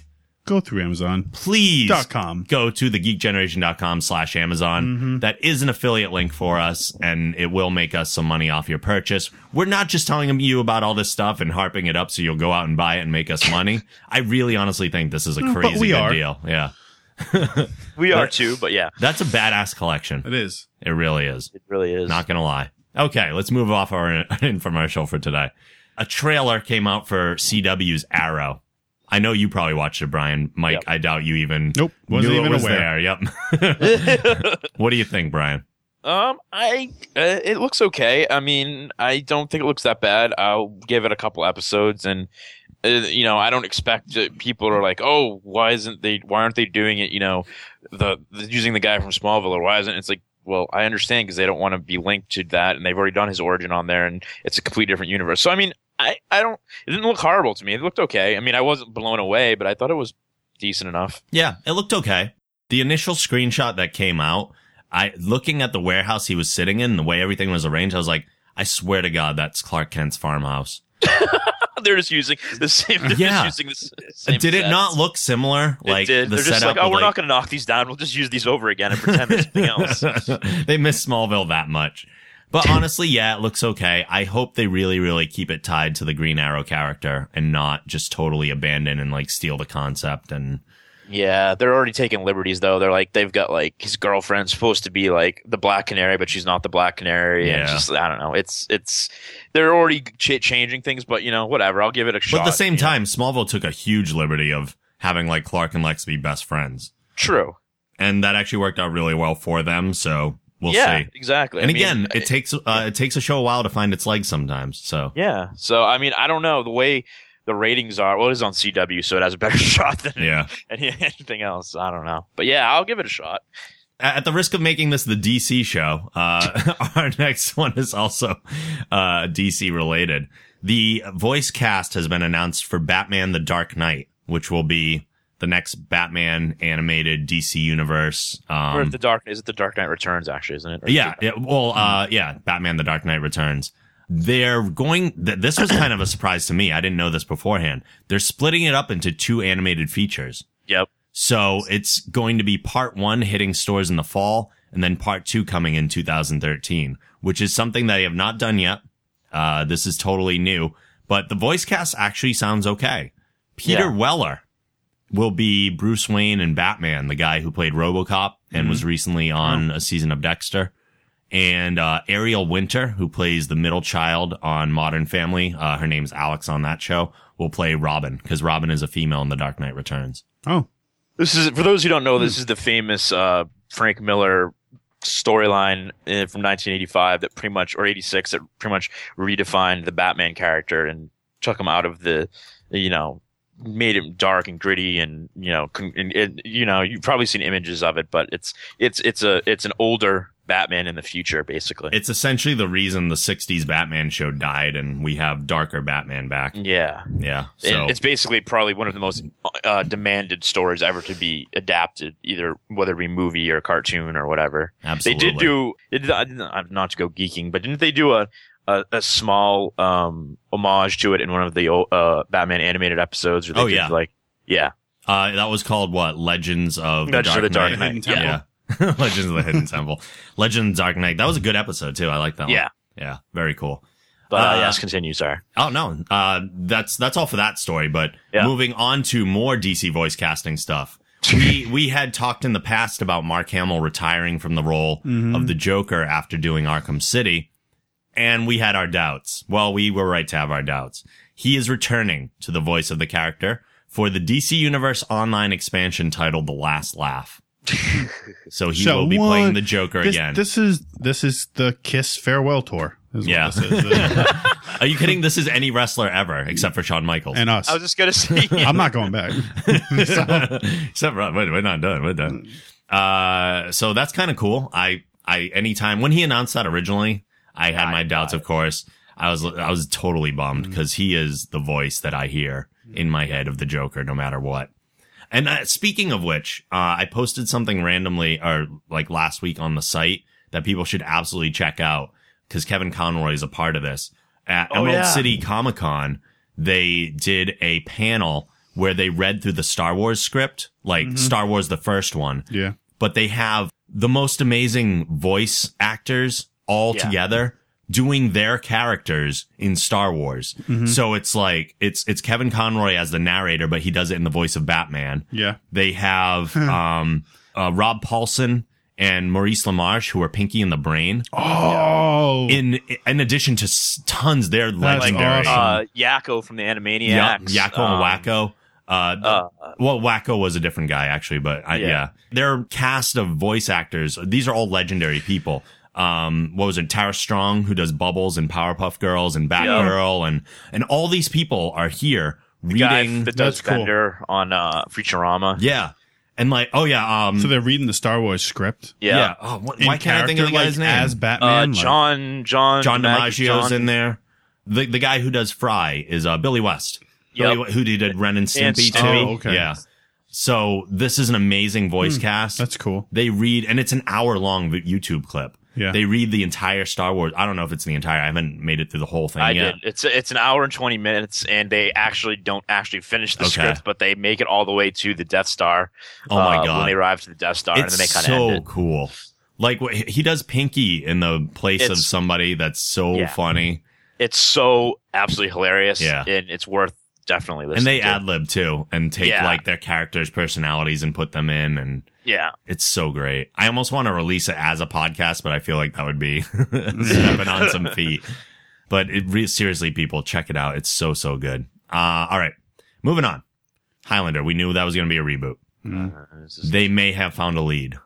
S7: Go through Amazon.
S4: please
S7: Dot com.
S4: go to thegeekgeneration.com slash Amazon.
S7: Mm-hmm.
S4: That is an affiliate link for us and it will make us some money off your purchase. We're not just telling you about all this stuff and harping it up so you'll go out and buy it and make us money. I really honestly think this is a
S7: but
S4: crazy
S7: we
S4: good
S7: are.
S4: deal. Yeah.
S6: We are too, but yeah,
S4: That's a badass collection.
S7: It is.
S4: It really is.
S6: it really is.
S4: Not gonna lie. Okay, let's move off our infomercial for today. A trailer came out for CW's Arrow. I know you probably watched it, Brian. Mike,
S6: Yep.
S4: I doubt you even
S7: Nope. Wasn't
S4: knew
S7: even
S4: it was
S7: aware.
S4: there. Yep. what do you think, Brian?
S6: Um, I uh, it looks okay. I mean, I don't think it looks that bad. I'll give it a couple episodes, and uh, you know, I don't expect that people are like, "Oh, why isn't they? Why aren't they doing it?" You know, the, the using the guy from Smallville, or why isn't it's like. Well, I understand because they don't want to be linked to that, and they've already done his origin on there, and it's a complete different universe. So, I mean, I, I don't. It didn't look horrible to me. It looked okay. I mean, I wasn't blown away, but I thought it was decent enough.
S4: Yeah, it looked okay. The initial screenshot that came out, I looking at the warehouse he was sitting in, the way everything was arranged, I was like, I swear to God, that's Clark Kent's farmhouse.
S6: They're just using the same. They're
S4: Yeah.
S6: just using the s- same
S4: did it
S6: sets.
S4: not look similar? Like
S6: it did.
S4: the
S6: They're
S4: setup.
S6: just like, oh,
S4: with,
S6: we're
S4: like-
S6: not going to knock these down. We'll just use these over again and pretend there's something else.
S4: they miss Smallville that much. But honestly, yeah, it looks okay. I hope they really, really keep it tied to the Green Arrow character and not just totally abandon and like steal the concept. And
S6: Yeah, they're already taking liberties though. They're like they've got like his girlfriend's supposed to be like the Black Canary, but she's not the Black Canary. And it's
S4: Yeah.
S6: just I don't know. It's it's they're already ch- changing things, but you know whatever. I'll give it a shot.
S4: but at the same
S6: you know?
S4: time, Smallville took a huge liberty of having like Clark and Lex be best friends,
S6: true.
S4: and that actually worked out really well for them. So we'll
S6: yeah,
S4: see.
S6: exactly.
S4: And
S6: I mean,
S4: again,
S6: I-
S4: it takes uh, it takes a show a while to find its legs sometimes. So
S6: yeah. So I mean, I don't know the way the ratings are. Well, it is on CW, so it has a better shot than
S4: yeah.
S6: any, anything else. I don't know, but yeah, I'll give it a shot.
S4: at the risk of making this the DC show, uh, our next one is also uh, DC related. The voice cast has been announced for Batman: The Dark Knight, which will be the next Batman animated DC universe. Um,
S6: or if the dark is it the Dark Knight Returns actually, isn't it? Or-
S4: yeah, yeah, well, uh, yeah, Batman: The Dark Knight Returns. They're going. Th- this was kind of a surprise to me. I didn't know this beforehand. They're splitting it up into two animated features.
S6: Yep.
S4: So it's going to be part one hitting stores in the fall and then part two coming in 2013, which is something that I have not done yet. Uh, this is totally new, but the voice cast actually sounds okay. Peter
S6: Yeah.
S4: Weller will be Bruce Wayne and Batman, the guy who played Robocop and was recently on a season of Dexter. And uh, Ariel Winter, who plays the middle child on Modern Family, uh, her name's Alex on that show, will play Robin because Robin is a female in The Dark Knight Returns.
S7: Oh,
S6: This is for those who don't know. This is the famous uh, Frank Miller storyline uh, from 1985 that pretty much, or 86, that pretty much redefined the Batman character and took him out of the, you know, made him dark and gritty and you know, con- and, and, you know, you've probably seen images of it, but it's it's it's a it's an older Batman in the future, basically.
S4: It's essentially the reason the 60s Batman show died and we have darker Batman back.
S6: yeah.
S4: Yeah. So
S6: Mm-hmm. And it's basically probably one of the most uh, demanded stories ever to be adapted, either whether it be movie or cartoon or whatever.
S4: absolutely.
S6: They did do. It did, I didn't- I'm not to go geeking, but didn't they do a a, a small um, homage to it in one of the old, uh, Batman animated episodes? Where they
S4: Oh,
S6: did,
S4: yeah.
S6: like yeah,
S4: Uh, that was called what? Legends of the
S6: Legends
S4: Dark
S6: of the Dark
S4: Knight.
S7: Knight. Hidden Temple.
S4: Yeah. Legends of the Hidden Temple. Legends of the Dark Knight. That was a good episode too. I like that
S6: yeah.
S4: one. Yeah. Very cool.
S6: But uh,
S4: Uh,
S6: yes, continue. Sorry.
S4: Oh no, uh, that's that's all for that story. But
S6: Yeah.
S4: moving on to more DC voice casting stuff. We we had talked in the past about Mark Hamill retiring from the role
S7: Mm-hmm.
S4: of the Joker after doing Arkham City, and we had our doubts. Well, we were right to have our doubts. He is returning to the voice of the character for the DC Universe Online expansion titled "The Last Laugh." so he
S7: So
S4: will be
S7: what-
S4: playing the Joker
S7: this,
S4: again.
S7: this is this is the Kiss farewell tour. is what
S4: Yeah.
S7: this is.
S4: Are you kidding? This is any wrestler ever, except for Shawn Michaels.
S7: and us.
S6: I was just gonna say.
S7: I'm not going back.
S4: Except for, wait, we're not done. We're done. Uh, so that's kind of cool. I, I, anytime when he announced that originally, I had my doubts, of course. I was, I was totally bummed because he is the voice that I hear in my head of the Joker, no matter what. And uh, speaking of which, uh, I posted something randomly or like last week on the site that people should absolutely check out. because Kevin Conroy is a part of this. At
S6: Oh,
S4: Emerald
S6: yeah.
S4: City Comic Con, they did a panel where they read through the Star Wars script, like Star Wars the first one,
S7: Yeah.
S4: but they have the most amazing voice actors all
S6: Yeah.
S4: together doing their characters in Star Wars.
S6: Mm-hmm.
S4: So it's like it's it's Kevin Conroy as the narrator, but he does it in the voice of Batman.
S7: Yeah.
S4: They have um uh, Rob Paulson and Maurice LaMarche who are Pinky in the Brain.
S7: Oh.
S4: In in addition to s- tons, they're legendary.
S7: awesome.
S6: Uh, Yakko from the
S4: Yup,
S6: Animaniacs.
S4: Yakko
S6: um,
S4: and Wacko. Uh,
S6: uh,
S4: well, Wacko was a different guy actually, but I, yeah.
S6: Yeah.
S4: their cast of voice actors. These are all legendary people. Um, what was it? Tara Strong, who does Bubbles and Powerpuff Girls and Batgirl, and and all these people are here
S6: guy
S4: reading.
S6: that does
S7: That's cool.
S6: Bender on uh, Futurama.
S4: yeah, and like, oh yeah, um,
S7: so they're reading the Star Wars script.
S4: yeah.
S6: Yeah.
S4: Oh, what,
S7: In
S4: why can't I think of the
S7: character, like,
S4: guy's name?
S7: As Batman.
S6: Uh,
S7: like-
S6: John John
S4: John
S6: Mag-
S4: DiMaggio's
S6: John-
S4: in there. The the guy who does Fry is uh, Billy West.
S6: Yep.
S4: Billy, who did Ren and Stimpy,
S6: And
S4: too.
S6: Stimpy.
S7: Oh, okay.
S4: Yeah. So this is an amazing voice cast.
S7: That's cool.
S4: they read and it's an hour long vi- YouTube clip.
S7: Yeah.
S4: They read the entire Star Wars. I don't know if it's the entire. I haven't made it through the whole thing
S6: I
S4: yet.
S6: did. It's it's an hour and twenty minutes, and they actually don't actually finish the
S4: Okay.
S6: script, but they make it all the way to the Death Star.
S4: Oh my
S6: uh,
S4: God.
S6: When they arrive to the Death Star, and
S4: It's
S6: then they kind of
S4: so
S6: end it.
S4: cool. Like wh- he does Pinky in the place of
S6: It's-
S4: somebody that's so
S6: Yeah.
S4: funny,
S6: It's so absolutely hilarious.
S4: Yeah.
S6: and it's worth definitely listening.
S4: and they
S6: to.
S4: ad lib too, and take
S6: Yeah.
S4: like their characters' personalities and put them in, and
S6: yeah,
S4: it's so great. I almost want to release it as a podcast, but I feel like that would be stepping on some feet. But it re- seriously, people, check it out. It's so so good. Uh, all right, moving on. Highlander. We knew that was going to be a reboot.
S6: Uh, This is-
S4: They may have found a lead.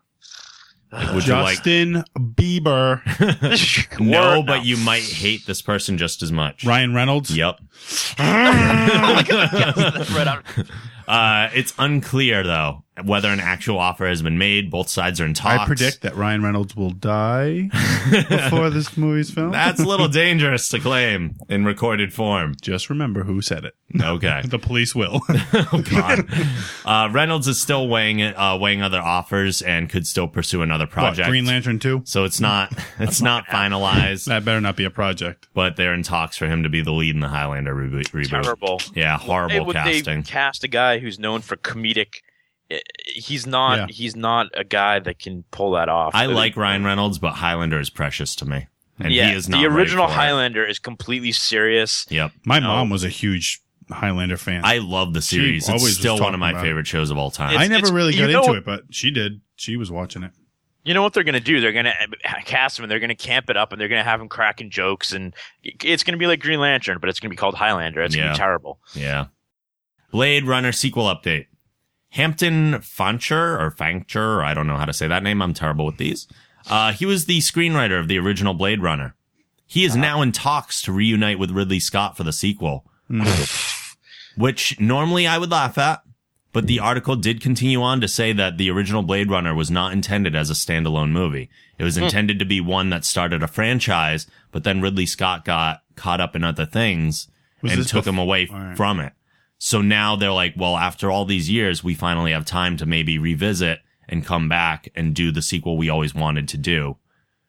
S4: Like, would
S7: Justin Bieber.
S4: you like? no,
S6: Word,
S4: but you might hate this person just as much.
S7: Ryan Reynolds.
S4: Yep.
S6: right out-
S4: Uh, it's unclear though whether an actual offer has been made. Both sides are in talks.
S7: I predict that Ryan Reynolds will die before this movie's filmed.
S4: that's a little dangerous to claim in recorded form.
S7: Just remember who said it.
S4: Okay.
S7: The police will.
S4: oh God. Uh, Reynolds is still weighing it, uh, weighing other offers and could still pursue another
S7: what,
S4: project.
S7: Green Lantern 2?
S4: So it's not it's not finalized,
S7: That better not be a project.
S4: but they're in talks for him to be the lead in the Highlander reboot. reboot.
S6: terrible.
S4: Yeah,
S6: Hey,
S4: horrible
S6: would
S4: casting.
S6: They cast a guy who's known for comedic. eh, He's not.
S7: Yeah.
S6: He's not a guy that can pull that off.
S4: I like Ryan Reynolds, but Highlander is precious to me, and
S6: yeah,
S4: he is not
S6: the
S4: ready
S6: original
S4: for it.
S6: Highlander is completely serious.
S4: Yep,
S7: My
S6: No.
S7: mom was a huge Highlander fan.
S4: I love the series.
S7: always
S4: It's
S7: was
S4: still one
S7: talking
S4: of my
S7: about it.
S4: favorite shows of all time.
S7: I
S6: It's-
S7: never
S6: it's-
S7: really
S6: you
S7: got
S6: know-
S7: into it, but she did. She was watching it.
S6: You know what they're gonna do? They're gonna eh, cast him and they're gonna camp it up and they're gonna have him cracking jokes and it's gonna be like Green Lantern, but it's gonna be called Highlander. It's gonna
S4: Yeah.
S6: be terrible.
S4: yeah, Blade Runner sequel update. Hampton Fancher or Fancher, I don't know how to say that name. I'm terrible with these. Uh, he was the screenwriter of the original Blade Runner. He
S7: Uh-huh.
S4: is now in talks to reunite with Ridley Scott for the sequel,
S7: Hmm.
S4: which normally I would laugh at. But the article did continue on to say that the original Blade Runner was not intended as a standalone movie. It
S7: Hmm.
S4: was intended to be one that started a franchise, but then Ridley Scott got caught up in other things
S7: Was
S4: and
S7: this
S4: took
S7: bef-
S4: him away
S7: All right.
S4: from it. So now they're like, well, after all these years, we finally have time to maybe revisit and come back and do the sequel we always wanted to do.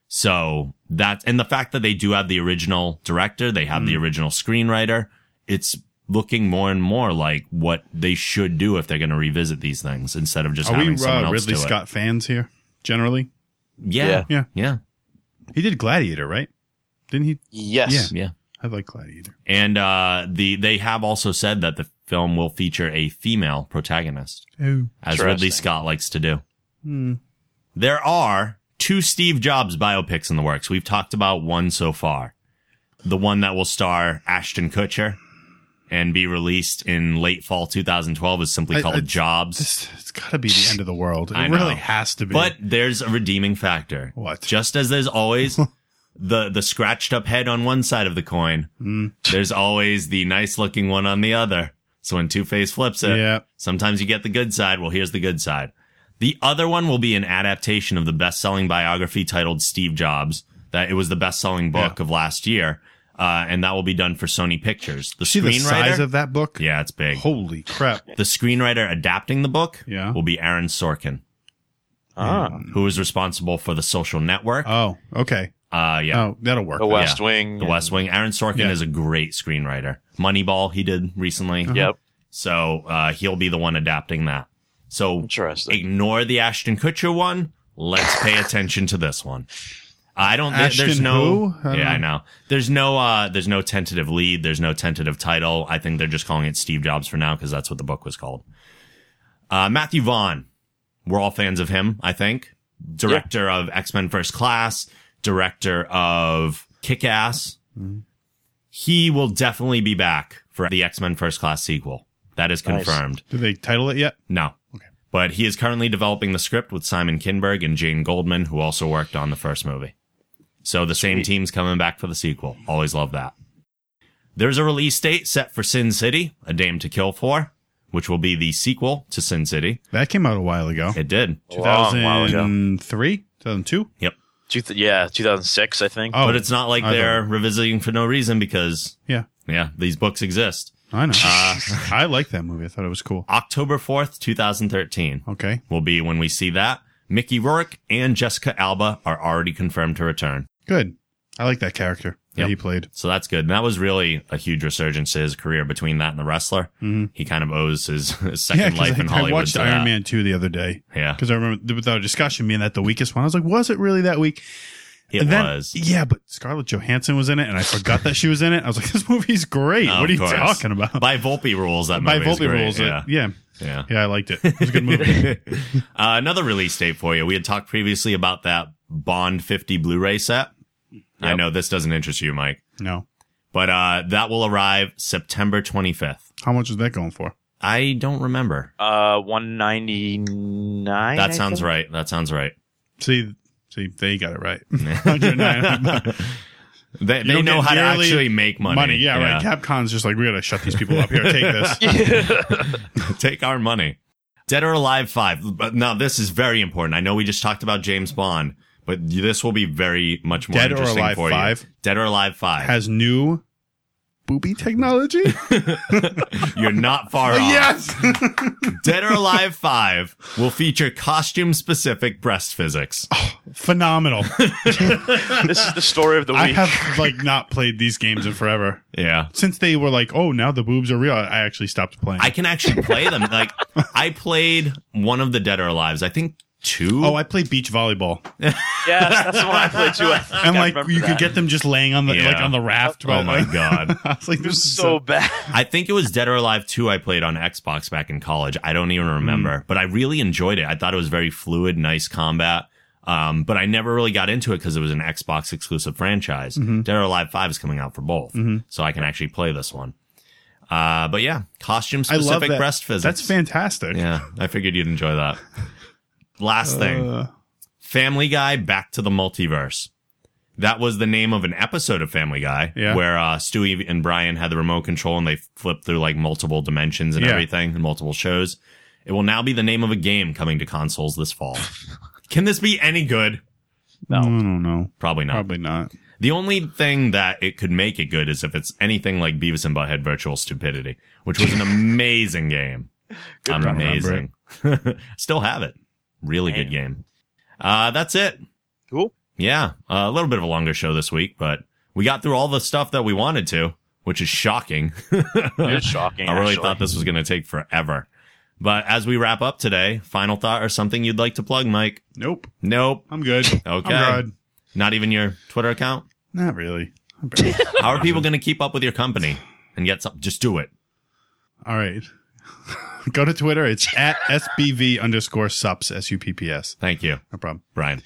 S4: So that's, and the fact that they do have the original director, they have the
S7: Mm.
S4: original screenwriter, it's looking more and more like what they should do if they're going to revisit these things instead of just
S7: Are
S4: having
S7: we
S4: someone
S7: uh,
S4: else
S7: Ridley
S4: do
S7: Scott fans here? Generally,
S4: it. Yeah,
S6: Yeah.
S4: yeah.
S7: Yeah.
S4: Yeah.
S7: he did Gladiator, right? Didn't he?
S6: Yes.
S4: Yeah.
S7: I like Gladiator.
S4: And, uh, the, they have also said that the film will feature a female protagonist.
S7: Oh,
S4: as Ridley
S6: Interesting.
S4: Scott likes to do. There are two Steve Jobs biopics in the works. We've talked about one so far. The one that will star Ashton Kutcher and be released in late fall 2012 is simply
S7: I-
S4: called
S7: I-
S4: Jobs.
S7: this, it's got to be the end of the world. It
S4: I know.
S7: really has to be.
S4: But there's a redeeming factor.
S7: What?
S4: Just as there's always the the scratched up head on one side of the coin,
S7: Hmm.
S4: there's always the nice looking one on the other. So when Two Face flips it,
S7: Yeah.
S4: sometimes you get the good side. Well, here's the good side. The other one will be an adaptation of the best selling biography titled Steve Jobs. That it was the best selling book of last year, uh, and that will be done for Sony Pictures. The
S7: see
S4: screenwriter,
S7: the size of that book.
S4: yeah, it's big.
S7: Holy crap!
S4: The screenwriter adapting the book
S7: Yeah.
S4: will be Aaron Sorkin
S6: Ah.
S4: who is responsible for the social network
S7: Oh, okay.
S4: Uh, yeah.
S7: Oh, that'll work.
S6: The
S7: Oh,
S6: West
S4: Yeah.
S6: Wing.
S4: The West Wing. Aaron Sorkin
S7: Yeah.
S4: is a great screenwriter. Moneyball he did recently.
S7: Uh-huh.
S6: Yep.
S4: So uh, he'll be the one adapting that. So
S6: Interesting.
S4: ignore the Ashton Kutcher one. Let's pay attention to this one. I don't. think there's
S7: Ashton
S4: no.
S7: who? I don't
S4: yeah, I
S7: know.
S4: know. There's no. Uh, there's no tentative lead. There's no tentative title. I think they're just calling it Steve Jobs for now because that's what the book was called. Uh, Matthew Vaughn. We're all fans of him. I think director of X Men First Class, director of Kick Ass. He will definitely be back for the X Men First Class sequel. That is
S6: Nice.
S4: confirmed.
S7: Did they title it yet?
S4: No. But he is currently developing the script with Simon Kinberg and Jane Goldman, who also worked on the first movie. So the same team's coming back for the sequel. Always love that. There's a release date set for Sin City, A Dame to Kill For, which will be the sequel to Sin City.
S7: That came out a while ago.
S4: It did.
S6: A long while ago.
S7: 2003, 2002.
S4: Yep.
S6: Two th- yeah, 2006, I think.
S7: Oh,
S4: but it's not like
S7: I
S4: they're
S7: don't-
S4: revisiting for no reason because,
S7: Yeah,
S4: yeah, these books exist.
S7: I know.
S4: Uh,
S7: I like that movie. I thought it was cool.
S4: October 4th, 2013
S7: Okay.
S4: will be when we see that. Mickey Rourke and Jessica Alba are already confirmed to return.
S7: Good. I like that character that
S4: Yep.
S7: he played.
S4: So that's good. And that was really a huge resurgence to his career between that and the wrestler. He kind of owes his, his second
S7: Mm-hmm. 'cause
S4: life
S7: I,
S4: in
S7: I
S4: Hollywood. uh,
S7: watched
S4: to
S7: Iron
S4: that.
S7: Man 2 the other day.
S4: Yeah.
S7: Because I remember with our discussion being that the weakest one. I was like, was it really that weak?
S4: It
S7: And then-
S4: was.
S7: Yeah, but Scarlett Johansson was in it, and I forgot that she was in it. I was like, this movie's great.
S4: Of
S7: what are you
S4: course.
S7: talking about?
S4: By Volpe rules, that
S7: By
S4: movie is
S7: Volpe
S4: great.
S7: rules.
S4: Yeah.
S7: Yeah. yeah.
S4: yeah.
S7: Yeah, I liked it. It was a good movie.
S4: Uh, another release date for you. We had talked previously about that Bond 50 Blu-ray set. I know this doesn't interest you, Mike,
S7: no.
S4: but uh, that will arrive September 25th.
S7: How much is that going for?
S4: I don't remember.
S6: Uh, 199.
S4: that sounds right. That sounds right.
S7: See, see, they got it right. 109.
S4: They, they
S7: You don't
S4: know
S7: get
S4: how to
S7: nearly
S4: actually make money.
S7: Money, yeah, right. Capcom's just like, we gotta shut these people up here. Take this.
S4: Take our money. Dead or Alive 5. But now this is very important. I know we just talked about James Bond, but this will be very much more
S7: Dead or
S4: interesting
S7: Alive
S4: for
S7: 5?
S4: you. Dead or Alive 5.
S7: Has new booby technology.
S4: You're not far off. Dead or Alive 5 will feature costume specific breast physics.
S7: Phenomenal.
S6: This is the story of the week.
S7: I have like not played these games in forever.
S4: Yeah.
S7: Since they were like, oh, now the boobs are real, I actually stopped playing.
S4: I can actually play them. Like, I played one of the Dead or Alives. I think two.
S7: oh, I play beach volleyball,
S6: yes, that's the one I played too. I think
S7: and
S6: I
S7: like
S6: remember
S7: you
S6: that.
S7: could get them just laying on the
S4: Yeah.
S7: like on the raft.
S4: Oh
S7: but,
S4: my
S7: like-
S4: God.
S7: I was like, this is
S6: so bad.
S4: I think it was Dead or Alive 2 I played on Xbox back in college. I don't even
S7: Mm.
S4: remember, but I really enjoyed it. I thought it was very fluid, nice combat. Um, but I never really got into it because it was an Xbox exclusive franchise.
S7: Mm-hmm.
S4: Dead or Alive 5 is coming out for both. So I can actually play this one. Uh, but yeah, costume
S7: I love
S4: specific
S7: that.
S4: breast physics.
S7: That's fantastic.
S4: Yeah, I figured you'd enjoy that. Last thing
S7: Uh,
S4: Family Guy Back to the Multiverse. That was the name of an episode of Family Guy
S7: Yeah.
S4: where uh, Stewie and Brian had the remote control and they flipped through like multiple dimensions and
S7: Yeah.
S4: everything and multiple shows. It will now be the name of a game coming to consoles this fall. Can this be any good?
S7: I don't know.
S4: Probably not.
S7: Probably not.
S4: The only thing that it could make it good is if it's anything like Beavis and Butthead Virtual Stupidity, which was an amazing game. amazing. Still have it. Really good game. Uh, that's it.
S6: Cool.
S4: Yeah. Uh, a little bit of a longer show this week, but we got through all the stuff that we wanted to, which is shocking.
S6: It's shocking.
S4: I really
S6: actually.
S4: thought this was going to take forever. But as we wrap up today, final thought or something you'd like to plug, Mike?
S7: Nope.
S4: Nope.
S7: I'm good.
S4: Okay.
S7: I'm good.
S4: Not even your Twitter account?
S7: Not really. I'm barely-
S4: How are people going to keep up with your company and get some? Just do it.
S7: All right. Go to Twitter. It's at SBV underscore sups, S U P P S.
S4: Thank you,
S7: No problem.
S4: Brian.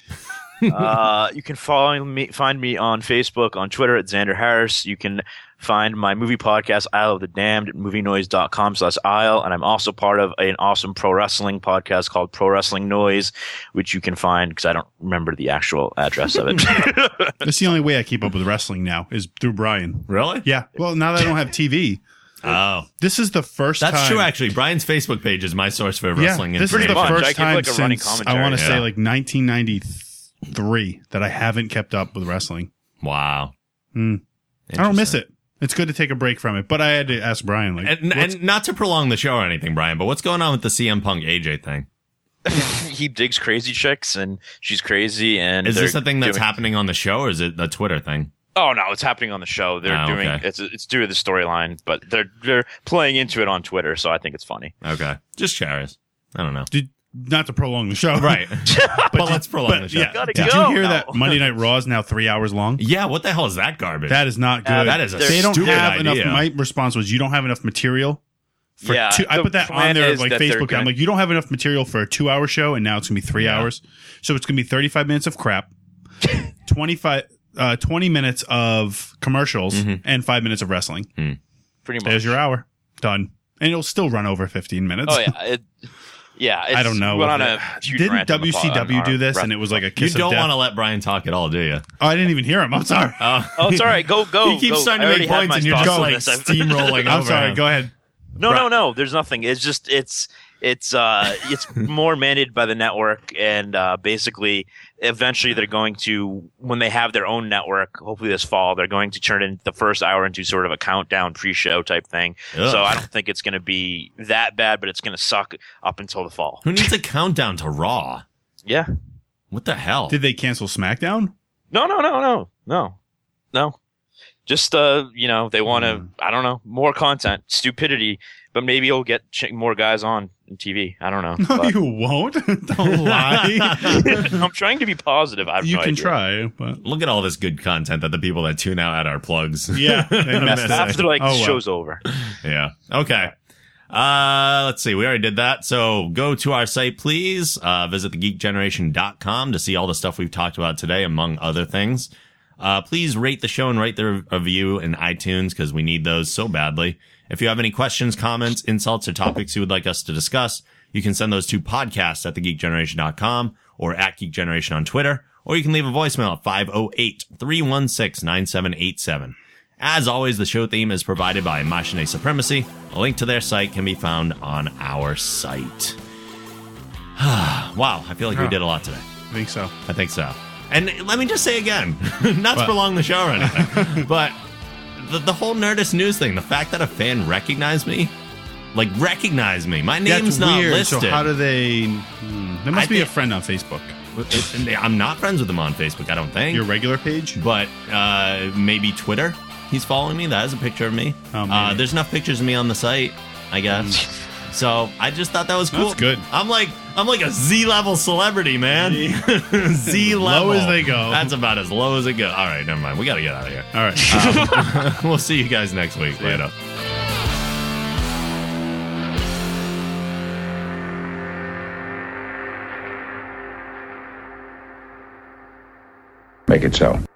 S6: uh, you can follow me, find me on Facebook, on Twitter at Xander Harris. You can find my movie podcast, Isle of the Damned, at movienoise.com slash Isle. And I'm also part of an awesome pro wrestling podcast called Pro Wrestling Noise, which you can find because I don't remember the actual address of it.
S7: That's the only way I keep up with wrestling now is through Brian.
S4: Really?
S7: Yeah. Well, now that I don't have TV,
S4: Oh,
S7: this is the first
S4: that's
S7: time.
S4: true. Actually, Brian's Facebook page is my source for
S7: Yeah,
S4: wrestling
S7: this is the
S4: information.
S6: much. I
S7: first
S6: keep,
S7: time
S6: like, a running
S7: since I
S6: commentary.
S7: want to
S4: Yeah.
S7: say like 1993 that I haven't kept up with wrestling.
S4: wow.
S7: Hmm. I don't miss it. It's good to take a break from it, but I had to ask Brian. Like,
S4: And,
S7: what's-
S4: and not to prolong the show or anything, Brian, but what's going on with the CM Punk AJ thing?
S6: he digs crazy chicks, and she's crazy. And
S4: Is
S6: they're
S4: this a thing that's
S6: doing-
S4: happening on the show, or is it a Twitter thing?
S6: Oh no, it's happening on the show. They're
S4: Oh,
S6: doing
S4: okay.
S6: it's it's due to the storyline, but they're they're playing into it on Twitter, so I think it's funny.
S4: Okay, just curious. I don't know.
S7: Did, not to prolong the show,
S4: Right, but, let's prolong the
S7: But
S4: show.
S7: yeah,
S6: Gotta
S7: did
S6: go
S7: you hear
S6: now.
S7: that Monday Night Raw is now three hours long?
S4: Yeah, what the hell is that garbage?
S7: That is not good.
S6: Uh,
S4: that is a
S7: they don't
S4: stupid
S7: have
S4: idea.
S7: enough. My response was, you don't have enough material. For
S6: Yeah,
S7: two, I
S6: the
S7: put that
S6: plan
S7: on there
S6: is
S7: like
S6: that they're
S7: Facebook. I'm
S6: gonna-
S7: like, you don't have enough material for a two hour show, and now it's gonna be three
S4: Yeah.
S7: hours. So it's gonna be 35 minutes of crap, 25, uh, 20 minutes of commercials, and five minutes of wrestling.
S6: Pretty Mm-hmm. much.
S7: There's your hour done, and it'll still run over 15 minutes.
S6: Oh yeah, it, yeah. It's,
S7: I don't know. what
S6: Went on a
S7: that-
S6: huge
S7: Didn't
S6: rant on the uh, pod- on
S7: WCW
S6: our
S7: do this,
S6: rep-
S7: and it was like a
S4: you
S7: kiss
S4: don't want
S7: want
S4: to let Brian talk at all, do you?
S7: to. Oh, I didn't even hear him. I'm sorry.
S4: Uh,
S6: Oh, it's all right. Go, go.
S4: he keeps
S6: go.
S4: trying to
S6: I
S4: make
S6: already had
S4: points,
S6: my
S4: and you're
S6: thoughts
S4: just
S6: on
S4: like
S6: this. I've-
S4: steamrolling.
S7: I'm
S4: over
S7: sorry.
S4: him.
S7: Go ahead.
S6: No, no, no. There's nothing. It's just it's it's uh it's more mandated by the network, and uh, basically, eventually they're going to when they have their own network. Hopefully this fall, they're going to turn in the first hour into sort of a countdown pre-show type thing.
S4: Ugh.
S6: So I don't think it's going to be that bad, but it's going to suck up until the fall.
S4: Who needs a countdown to Raw?
S6: Yeah.
S4: What the hell?
S7: Did they cancel SmackDown?
S6: No, no, no, no, no, no. Just uh, you know, they want
S7: Hmm.
S6: to. I don't know more content, stupidity, but maybe you'll get ch- more guys on TV. I don't know.
S7: No,
S6: but-
S7: you won't. don't lie.
S6: I'm trying to be positive. I have
S7: you
S6: no
S7: can
S6: idea.
S7: try, but
S4: Look at all this good content that the people that tune out at our plugs.
S7: yeah, they messed it up.
S6: After like
S7: Oh,
S6: the
S7: well.
S6: show's over,
S4: Yeah. Okay. Uh, let's see. We already did that. So go to our site, please. Uh, visit thegeekgeneration.com to see all the stuff we've talked about today, among other things. Uh, please rate the show and write the review in iTunes because we need those so badly. If you have any questions, comments, insults, or topics you would like us to discuss, you can send those to podcasts at thegeekgeneration.com or at Geek Generation on Twitter, or you can leave a voicemail at 508 316 9787. As always, the show theme is provided by Machine Supremacy. A link to their site can be found on our site. wow, I feel like we
S7: Huh.
S4: did a lot today.
S7: I think so.
S4: I think so. And let me just say again, not to prolong the show or anything, but the, the whole Nerdist news thing, the fact that a fan recognized me, like recognized me, my name's
S7: That's
S4: not
S7: weird.
S4: listed.
S7: So how do they? Hmm, there must
S4: I
S7: be a
S4: think-
S7: friend on Facebook.
S4: I'm not friends with him on Facebook, I don't think.
S7: Your regular page?
S4: but uh, maybe Twitter. He's following me. That has a picture of me.
S7: Oh, maybe.
S4: uh, there's enough pictures of me on the site, I guess. so I just thought that was cool.
S7: Mm. That's good.
S4: I'm like I'm like a Z level celebrity, man. Z level.
S7: Low as they go.
S4: That's about as low as it goes. All right, never mind. We got to get out of here.
S7: All right.
S4: we'll see you guys next week. Later.
S2: Make it so.